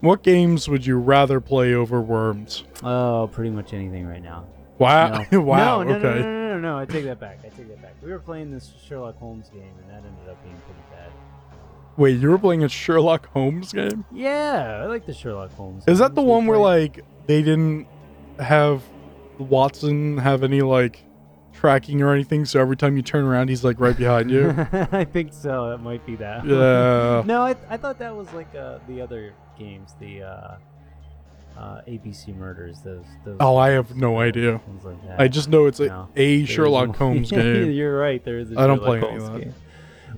A: What games would you rather play over worms?
B: Oh, pretty much anything right now.
A: Wow. [LAUGHS]
B: No.
A: wow.
B: No, no,
A: okay.
B: no, no, no, no, no. I take that back. I take that back. We were playing this Sherlock Holmes game, and that ended up being pretty bad.
A: Wait, you were playing a Sherlock Holmes game?
B: Yeah, I like the Sherlock Holmes.
A: Is that
B: games.
A: the
B: We
A: one where
B: played-
A: like they didn't have Watson have any like tracking or anything? So every time you turn around, he's like right behind
B: [LAUGHS]
A: you.
B: [LAUGHS] I think so. It might be that. one.
A: yeah.
B: No, I, I thought that was like uh, the other games, the uh, uh, ABC Murders, those. those
A: Oh, I have no idea.
B: Things like that.
A: I just know it's a,
B: No.
A: a
B: There is
A: Sherlock
B: one- [LAUGHS]
A: Holmes game.
B: You're right. There is a
A: I don't
B: Sherlock
A: play any of
B: Holmes
A: that.
B: game.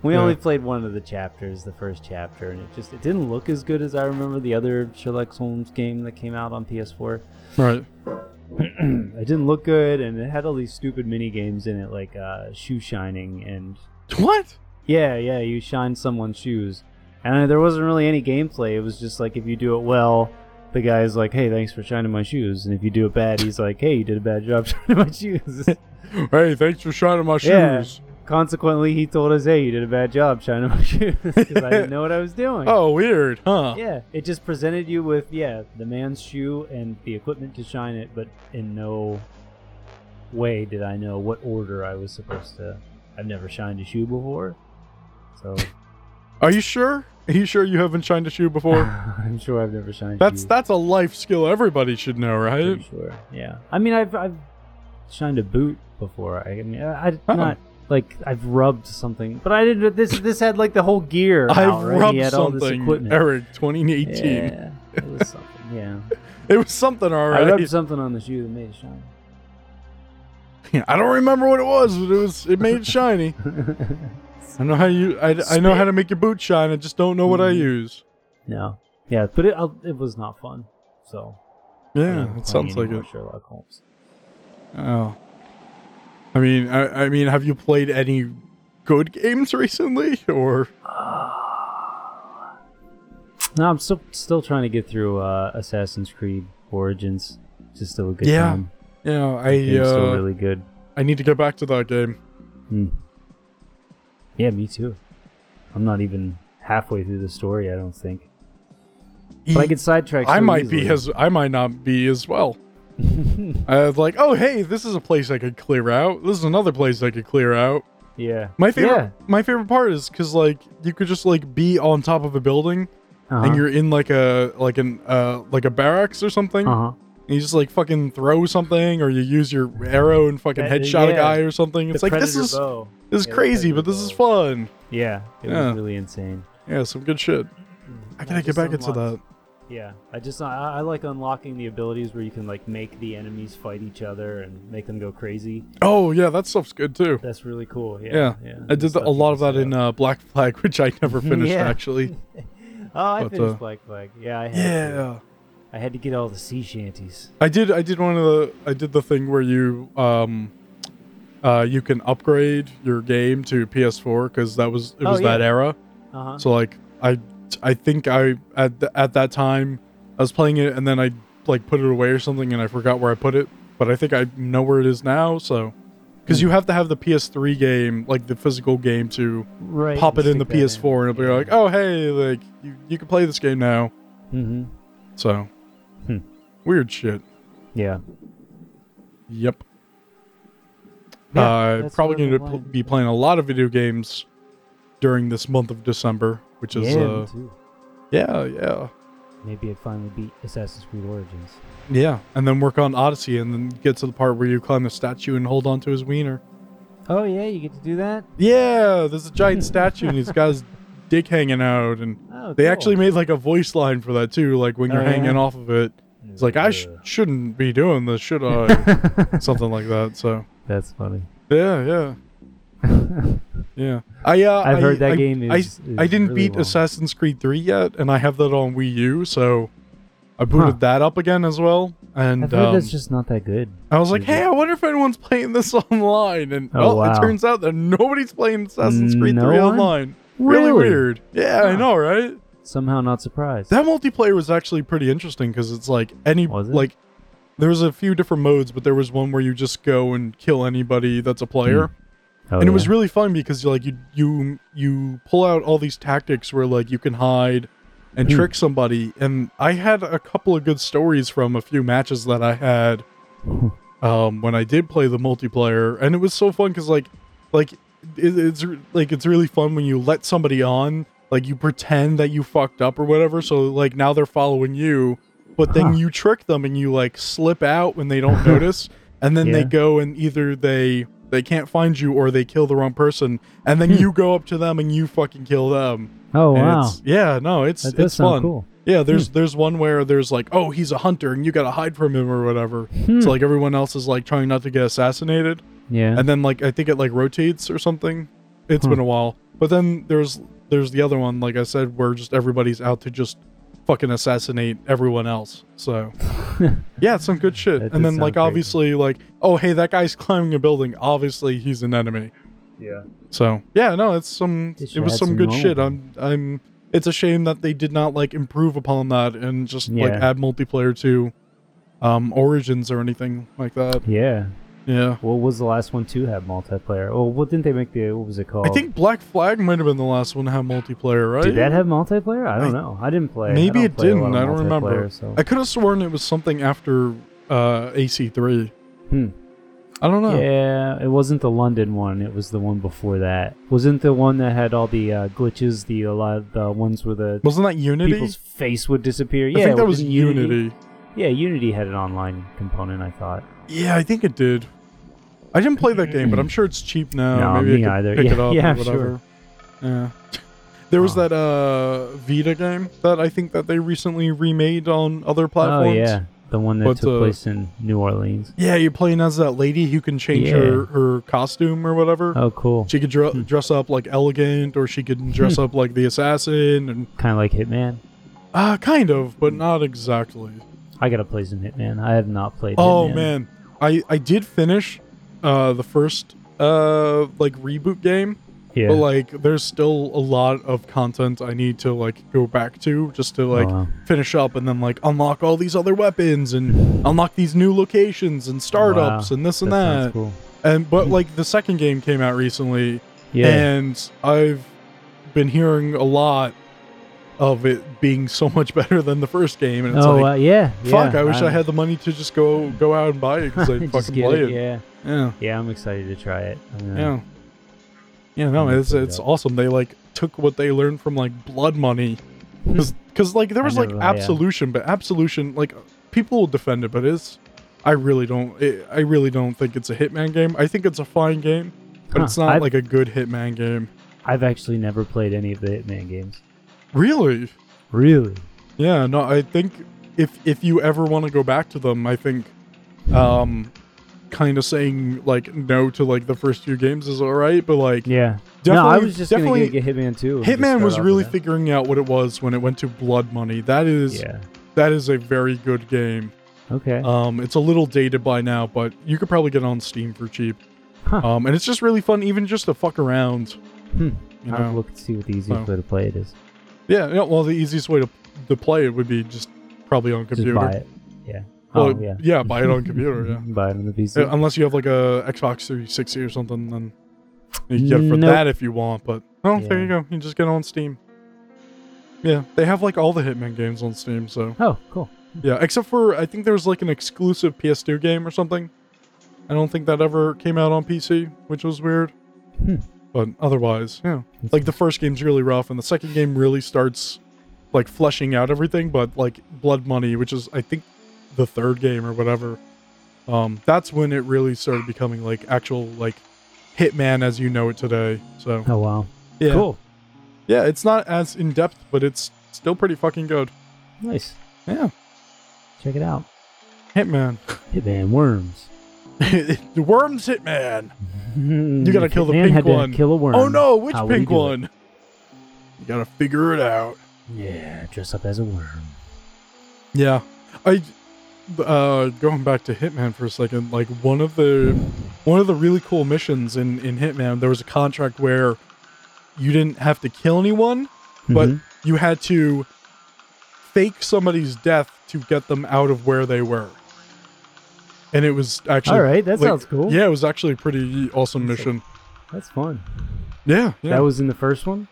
B: We
A: Yeah.
B: only played one of the chapters, the first chapter, and it just it didn't look as good as I remember the other Sherlock Holmes game that came out on PS4.
A: Right.
B: [CLEARS THROAT] it didn't look good, and it had all these stupid mini games in it, like uh, shoe shining and
A: What?
B: Yeah, yeah, you shine someone's shoes. And there wasn't really any gameplay. It was just like if you do it well, the guy's like, "Hey, thanks for shining my shoes." And if you do it bad, he's like, "Hey, you did a bad job [LAUGHS] shining
A: [LAUGHS]
B: my shoes."
A: Hey, thanks for shining my shoes.
B: Yeah. Consequently, he told us, "Hey, you did a bad job shining
A: [LAUGHS]
B: my shoes because I didn't know what I was doing."
A: Oh, weird, huh?
B: Yeah, it just presented you with yeah the man's shoe and the equipment to shine it, but in no way did I know what order I was supposed to. I've never shined a shoe before, so
A: Are you sure? Are you sure you haven't shined a shoe before?
B: [LAUGHS] I'm sure I've never shined.
A: That's
B: shoes.
A: that's a life skill everybody should know, right?
B: Pretty sure. Yeah. I mean, I've I've shined a boot before. I, I mean, I, I
A: Oh.
B: not like I've rubbed something, but I didn't. This this had like the whole gear. out,
A: I've
B: right? He
A: rubbed
B: had all this
A: something,
B: equipment.
A: Eric. 2018.
B: Yeah, it was something. Yeah,
A: It was something, [LAUGHS] all
B: I
A: right.
B: rubbed something on the shoe that made it shine.
A: [LAUGHS] I don't remember what it was, but it was it made it
B: [LAUGHS]
A: shiny. I know how you. I, I know how to make your boot shine. I just don't know what I
B: Mhm.
A: use.
B: no, yeah, but it I'll- it was not fun. So I
A: Yeah,
B: ain't
A: it sounds like
B: playing any
A: it.
B: more Sherlock Holmes.
A: Oh, I mean, I, I mean, have you played any good games recently? [LAUGHS] Or
B: No, I'm still still trying to get through uh, Assassin's Creed Origins. Just still a good
A: Yeah.
B: time.
A: you know, I
B: Game's still
A: uh,
B: really good.
A: I need to get back to that game.
B: Hmm. Yeah, me too. I'm not even halfway through the story, I don't think. But I get sidetracked.
A: E, I
B: so
A: might be
B: easily.
A: as I might not be as
B: [LAUGHS]
A: well. I was like, oh hey, this is a place I could clear out. This is another place I could clear out.
B: yeah.
A: My favorite my favorite part is cause like you could just like be on top of a building
B: Yeah. Uh-huh.
A: and you're in like a like an uh like a barracks or something.
B: Uh-huh.
A: And you just like fucking throw something or you use your arrow and fucking
B: Uh,
A: headshot a
B: yeah.
A: guy or something. It's
B: The
A: like this
B: Predator
A: is
B: bow.
A: this is
B: Yeah, the
A: crazy,
B: Predator
A: but this is
B: bow.
A: fun.
B: Yeah, it
A: Yeah.
B: was really insane.
A: Yeah, some good shit.
B: Mm,
A: I gotta get
B: just
A: back into that.
B: unlocked- Yeah, I just I, I like unlocking the abilities where you can like make the enemies fight each other and make them go crazy.
A: Oh yeah, that stuff's good too.
B: That's really cool.
A: Yeah,
B: Yeah, yeah.
A: I did a lot of that in uh, Black Flag, [LAUGHS] which I never finished
B: Yeah.
A: actually.
B: oh, I
A: but,
B: finished
A: uh,
B: Black Flag. Yeah, I had To.
A: Yeah,
B: I had to get all the sea shanties.
A: I did. I did one of the. I did the thing where you um, uh, you can upgrade your game to PS4 because that was it
B: Oh,
A: was that
B: yeah.
A: era.
B: Uh huh.
A: So like I I think I at the, at that time I was playing it and then I like put it away or something and I forgot where I put it, but I think I know where it is now. So because
B: Hmm.
A: you have to have the PS3 game, like the physical game, to
B: Right.
A: pop it in the PS4, and it'll be like, oh hey, like you, you can play this game now.
B: Mm-hmm.
A: So
B: Hmm.
A: weird shit.
B: Yeah.
A: Yep.
B: Yeah,
A: uh,
B: that's
A: probably
B: what
A: going to
B: I've been
A: pl-
B: playing.
A: be playing a lot of video games during this month of December, which is
B: yeah, me
A: uh,
B: too.
A: yeah, yeah,
B: Maybe it finally beat Assassin's Creed Origins.
A: yeah. And then work on Odyssey, and then get to the part where you climb the statue and hold on to his wiener.
B: Oh yeah, you get to do that.
A: Yeah, there's a
B: [LAUGHS]
A: giant statue, and he's got his dick hanging out, and
B: Oh,
A: they
B: cool.
A: actually made like a voice line for that too. Like when you're
B: Oh, yeah?
A: hanging off of it, it's like I
B: [LAUGHS]
A: sh- [LAUGHS] shouldn't be doing this, should I?
B: Ugh.
A: Something like that. So
B: That's funny.
A: yeah, yeah. Yeah, I uh,
B: I've
A: I,
B: heard that
A: I-
B: game
A: I,
B: is-
A: I
B: is
A: didn't
B: really
A: beat
B: long.
A: Assassin's Creed Three yet, and I have that on Wii U, so I booted
B: Huh.
A: that up again as well. And
B: I've heard
A: um,
B: that's just not that good.
A: I was like,
B: Is it-
A: hey, I wonder if anyone's playing this [LAUGHS] online. And
B: Oh,
A: well,
B: wow.
A: it turns out that nobody's playing Assassin's Creed
B: No
A: Three
B: one?
A: online. Really, weird. Yeah, I
B: Huh.
A: know, right?
B: Somehow not surprised.
A: That multiplayer was actually pretty interesting because it's like any
B: Was it?
A: like there was a few different modes, but there was one where you just go and kill anybody that's a player.
B: Oh,
A: and it was
B: yeah.
A: really fun because like you you you pull out all these tactics where like you can hide and
B: Hmm.
A: trick somebody and i had a couple of good stories from a few matches that i
B: [LAUGHS]
A: had um when i did play the multiplayer and it was so fun because like like it, it's re- like it's really fun when you let somebody on like you pretend that you fucked up or whatever so like now they're following you but then
B: Huh.
A: you trick them and you like slip out when they
B: [LAUGHS]
A: don't notice and then they
B: Yeah.
A: go and either they they can't find you or they kill the wrong person and then
B: Hmm.
A: you go up to them and you fucking kill them
B: Oh
A: And
B: wow,
A: it's- yeah no it's
B: that does
A: it's
B: sound
A: fun
B: cool. Hmm.
A: yeah there's there's one where there's like oh he's a hunter and you gotta hide from him or whatever
B: Hmm.
A: so like everyone else is like trying not to get assassinated
B: yeah.
A: and then like I think it like rotates or something. It's
B: Hmm.
A: been a while. But then there's there's the other one, like I said, where just everybody's out to just fucking assassinate everyone else.
B: [LAUGHS]
A: So yeah, it's some good shit.
B: That
A: and
B: does
A: then like
B: sound crazy.
A: obviously like oh hey that guy's climbing a building. Obviously he's an enemy.
B: yeah.
A: So yeah, no, it's some
B: They should
A: it was
B: add
A: some
B: some
A: good
B: more.
A: shit. I'm I'm it's a shame that they did not like improve upon that and just like
B: Yeah.
A: add multiplayer to um origins or anything like that.
B: Yeah.
A: Yeah.
B: What was the last one to have multiplayer? Oh, what didn't they make the? What was it called?
A: I think Black Flag might have been the last one to have multiplayer, right?
B: Did that have multiplayer? I don't
A: I-
B: know. I didn't play.
A: Maybe
B: I don't
A: it
B: play a lot
A: didn't.
B: of
A: I don't remember.
B: multiplayer, So.
A: I could have sworn it was something after uh, AC3.
B: Hmm.
A: I don't know.
B: Yeah, it wasn't the London one. It was the one before that. Wasn't the one that had all the uh, glitches, the a lot of the ones where the
A: Wasn't that Unity?
B: people's face would disappear.
A: I
B: Yeah,
A: think that
B: it
A: was
B: in
A: Unity.
B: Yeah, Unity had an online component. I thought.
A: Yeah, I think it did. I didn't play that game, but I'm sure it's cheap now.
B: No,
A: Maybe
B: me
A: I could
B: either.
A: pick
B: [LAUGHS] Yeah,
A: it up
B: yeah,
A: or
B: I'm
A: whatever. Yeah. [LAUGHS] There was
B: Huh.
A: that uh, Vita game that I think that they recently remade on other platforms.
B: Oh yeah, the one that
A: But,
B: took
A: uh,
B: place in New Orleans.
A: Yeah, you're playing as that lady who can change
B: Yeah.
A: her, her costume or whatever.
B: Oh, cool.
A: She could dre- dress up like elegant, or she could dress
B: Hmm.
A: up like the assassin, and
B: Kind of like Hitman.
A: uh, kind of,
B: Hmm.
A: but not exactly.
B: I gotta play some Hitman. I have not played.
A: Oh
B: Hitman.
A: man, I I did finish uh, the first uh like reboot game,
B: Yeah.
A: but like there's still a lot of content I need to like go back to just to like [LAUGHS]
B: Oh, wow.
A: finish up and then like unlock all these other weapons and unlock these new locations and startups and this and
B: sounds
A: that.
B: cool. Hmm.
A: And but like the second game came out recently,
B: Yeah.
A: And I've been hearing a lot of it being so [LAUGHS] much better than the first game. And it's
B: oh
A: like,
B: uh, yeah.
A: fuck,
B: yeah,
A: I wish I
B: I'm-
A: had the money to just go go out and buy
B: [LAUGHS]
A: it because I'd
B: Just
A: fucking
B: get
A: play it.
B: Yeah.
A: Yeah.
B: Yeah, I'm excited to try it. I'm
A: yeah.
B: gonna- [LAUGHS]
A: Yeah. no,
B: I'm
A: it's
B: gonna
A: it's
B: pick it
A: awesome. They like took what they learned from like Blood Money, because like there
B: I
A: was like
B: never- yeah.
A: Absolution, but Absolution like people will defend it, but it's I really don't it, I really don't think it's a Hitman game. I think it's a fine game, but
B: Huh,
A: it's not
B: I've-
A: like a good Hitman game.
B: I've actually never played any of the Hitman games.
A: Really?
B: Really?
A: Yeah, no, I think if if you ever want to go back to them, I think um kind of saying like no to like the first few games is all right, but like
B: Yeah. no, I
A: Definitely-
B: was just
A: definitely-
B: gonna get, get Hitman too.
A: Hitman was really figuring out what it was when it went to Blood Money. That is
B: Yeah.
A: that is a very good game.
B: Okay.
A: Um it's a little dated by now, but you could probably get it on Steam for cheap.
B: Huh.
A: Um and it's just really fun even just to fuck around,
B: hmm.
A: you
B: I'll
A: know.
B: look to see what the easiest
A: so-
B: way to play it is.
A: Yeah, yeah, well the easiest way to to play it would be just probably on
B: Just
A: computer.
B: buy it.
A: Well,
B: oh yeah,
A: yeah, buy it on
B: [LAUGHS]
A: computer. Yeah.
B: buy it on the
A: Uh,
B: PC.
A: Unless you have like a Xbox 360 or something, then you can get it for
B: Nope.
A: that if you want. But oh, there
B: Yeah.
A: you go. You can just get it on Steam. Yeah, they have like all the Hitman games on Steam. So
B: Oh, cool.
A: yeah, except for I think there was like an exclusive PS2 game or something. I don't think that ever came out on PC, which was weird.
B: Hmm.
A: But otherwise, yeah, like the first game's really rough, and the second game really starts like fleshing out everything. But like Blood Money, which is I think the third game or whatever, um, that's when it really started becoming like actual like Hitman as you know it today. So
B: Oh wow,
A: yeah,
B: cool,
A: yeah, it's not as in depth, but it's still pretty fucking good.
B: nice.
A: Yeah,
B: Check it out,
A: Hitman, [LAUGHS]
B: Hitman Worms.
A: the Worms Hitman.
B: you
A: gotta kill the
B: man
A: pink
B: had to
A: one.
B: Kill a worm.
A: Oh no, which
B: How would he
A: pink
B: do it?
A: one? You gotta figure it out.
B: Yeah, dress up as a worm.
A: Yeah. I uh going back to Hitman for a second, like one of the one of the really cool missions in in Hitman, there was a contract where you didn't have to kill anyone, but
B: Mhm.
A: you had to fake somebody's death to get them out of where they were. And it was actually
B: all right, that
A: like,
B: sounds cool.
A: Yeah, it was actually a pretty awesome
B: That's
A: mission.
B: that's fun.
A: Yeah, yeah.
B: That was in the first one.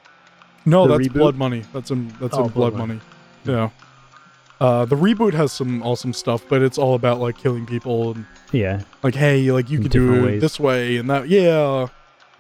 A: No,
B: The
A: that's
B: reboot?
A: Blood Money. That's in that's
B: Oh,
A: in Blood,
B: Blood
A: Money. Yeah. Uh, the reboot has some awesome stuff, but it's all about like killing people and
B: Yeah,
A: like, hey, like you
B: In
A: could do
B: different
A: it
B: ways. Mm.
A: this way and that. Yeah.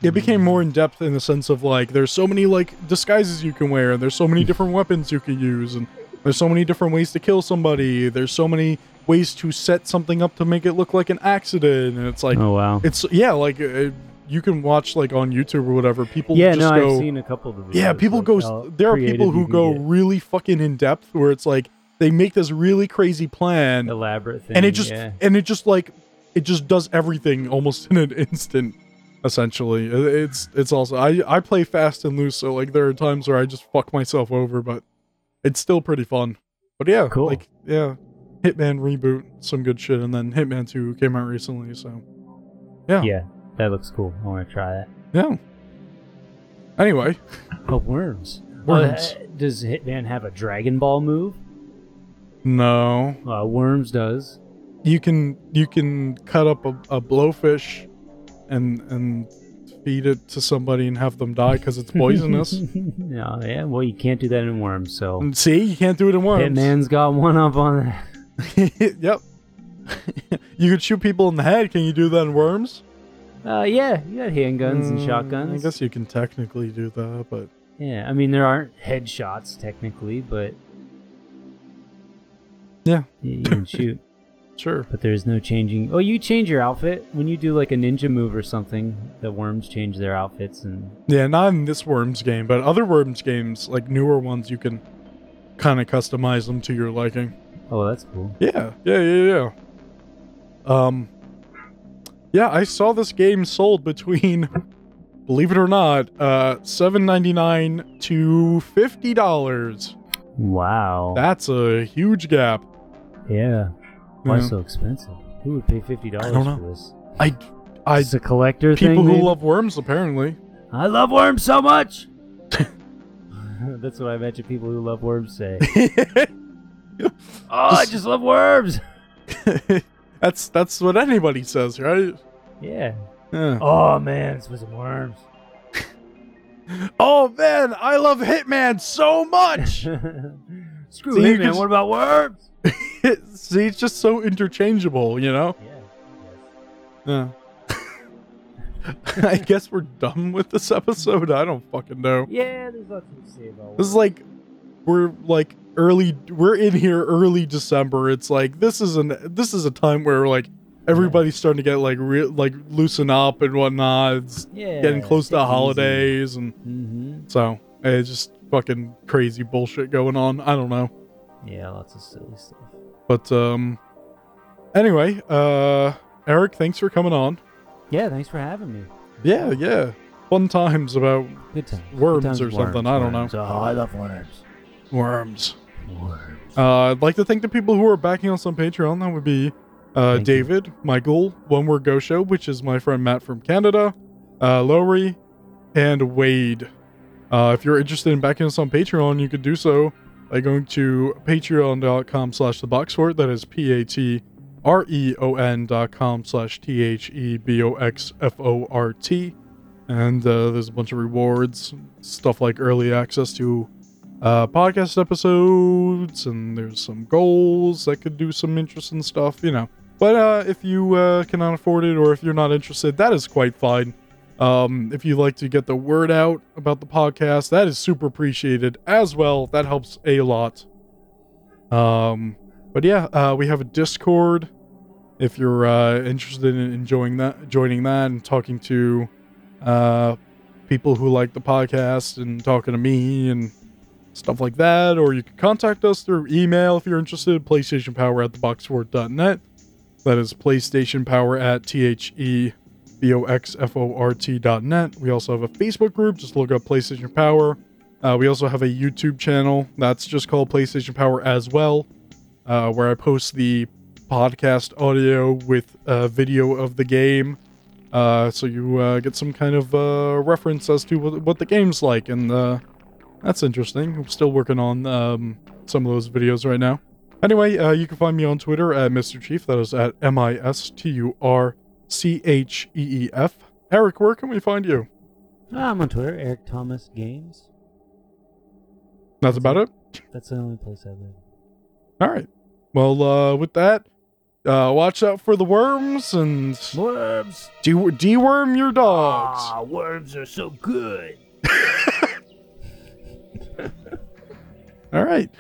A: It became more in depth in the sense of like there's so many like disguises you can wear, and there's so
B: [LAUGHS]
A: many different weapons you can use, and there's so many different ways to kill somebody. There's so many ways to set something up to make it look like an accident, and it's like
B: oh wow.
A: it's yeah, like uh you can watch like on YouTube or whatever. People
B: yeah,
A: just
B: no,
A: go,
B: I've seen a couple of the.
A: yeah,
B: videos,
A: people
B: like
A: go.
B: how
A: there are people
B: creative you
A: who
B: can
A: go
B: get.
A: really fucking in depth, where it's like they make this really crazy plan,
B: elaborate thing,
A: and it just
B: yeah.
A: and it just like it just does everything almost in an instant. Essentially, It- it's it's also I I play fast and loose, so like there are times where I just fuck myself over, but it's still pretty fun. But yeah,
B: Cool.
A: like yeah, Hitman reboot, some good shit, and then Hitman Two came out recently, so yeah,
B: yeah, that looks cool. I want to try that.
A: yeah. Anyway,
B: Oh, worms.
A: Worms.
B: Uh, does Hitman have a Dragon Ball move?
A: no,
B: Uh, worms does.
A: you can you can cut up a, a blowfish and and feed it to somebody and have them die because it's poisonous
B: no, [LAUGHS] yeah. Well, you can't do that in worms, so
A: and see you can't do it in worms
B: Hitman's got one up on that.
A: [LAUGHS] yep [LAUGHS] you could shoot people in the head can you do that in worms
B: Uh, yeah, you got handguns and
A: Mm,
B: shotguns.
A: i guess you can technically do that but
B: Yeah, I mean there aren't headshots technically, but
A: Yeah.
B: you you can shoot.
A: sure
B: But there's no changing. Oh, you change your outfit when you do like a ninja move or something. The worms change their outfits and
A: yeah not in this worms game but other worms games like newer ones you can kind of customize them to your liking
B: oh, that's cool.
A: Yeah, yeah, yeah, yeah. Um, yeah, I saw this game sold between, [LAUGHS] believe it or not, uh, seven ninety nine to fifty dollars.
B: Wow.
A: That's a huge gap.
B: yeah. Why
A: Yeah.
B: so expensive? Who would pay fifty
A: I
B: dollars
A: don't
B: for this?
A: I, I,
B: It's a collector thing.
A: people who
B: maybe?
A: love worms apparently. [LAUGHS]
B: I love worms so much. [LAUGHS] that's what I imagine people who love
A: [LAUGHS]
B: worms say. Oh, I
A: Just-
B: just love worms.
A: that's that's what anybody says, right?
B: Yeah.
A: Yeah.
B: Oh man, this was some worms. [LAUGHS]
A: Oh man, I love Hitman so much. [LAUGHS]
B: Screw
A: So you
B: it,
A: can
B: man.
A: s-
B: What about worms?
A: See, it's just so interchangeable, you know.
B: Yeah.
A: Yeah. I guess we're done with this episode. I don't fucking know.
B: Yeah, there's nothing to say about
A: This is like we're like early we're in here early December. It's like this is an this is a time where like everybody's starting to get like re- like loosen up and whatnot. It's
B: yeah,
A: getting close to the holidays and
B: Mm-hmm.
A: so eh, it's just fucking crazy bullshit going on. I don't know.
B: Yeah, lots of silly stuff.
A: But um anyway, uh Eric, thanks for coming on.
B: Yeah, thanks for having me.
A: Yeah, yeah. Fun times about
B: Good time. Good
A: Worms
B: times
A: or
B: with
A: something, I don't know.
B: worms. Oh, I love worms.
A: worms.
B: Worms.
A: Uh, I'd like to thank the people who are backing us on Patreon. That would be uh,
B: Thank you.
A: David, Michael, One Word Go Show, which is my friend Matt from Canada, uh, Lowry, and Wade. Uh, if you're interested in backing us on Patreon, you could do so by going to patreon.com slash the box fort. That is P A T R E O N dot com slash T H E B O X F O R T. And uh, there's a bunch of rewards, stuff like early access to uh, podcast episodes, and there's some goals that could do some interesting stuff, you know. But uh, if you uh, cannot afford it or if you're not interested, that is quite fine. Um, if you like to get the word out about the podcast, that is super appreciated as well. That helps a lot. Um, but yeah, uh, we have a Discord. If you're uh, interested in enjoying that, joining that, and talking to uh, people who like the podcast and talking to me and stuff like that, or you can contact us through email if you're interested. PlayStationPower at theboxfort.net. That is PlayStation Power at T H E B O X F O R T dot net. We also have a Facebook group. Just look up PlayStation Power. Uh, we also have a YouTube channel that's just called PlayStation Power as well, uh, where I post the podcast audio with uh, video of the game. Uh, so you uh, get some kind of uh, reference as to what, what the game's like. And uh, that's interesting. I'm still working on um, some of those videos right now. Anyway, uh, you can find me on Twitter at Mr. Chief. That is at M I S T U R C H E E F. Eric, where can we find you?
C: I'm on Twitter, Eric Thomas Games.
A: That's about it.
C: That's the only place I live.
A: All right. Well, uh, with that, uh, watch out for the worms and
C: Worms!
A: de- deworm your dogs.
C: Ah, worms are so good.
A: All right.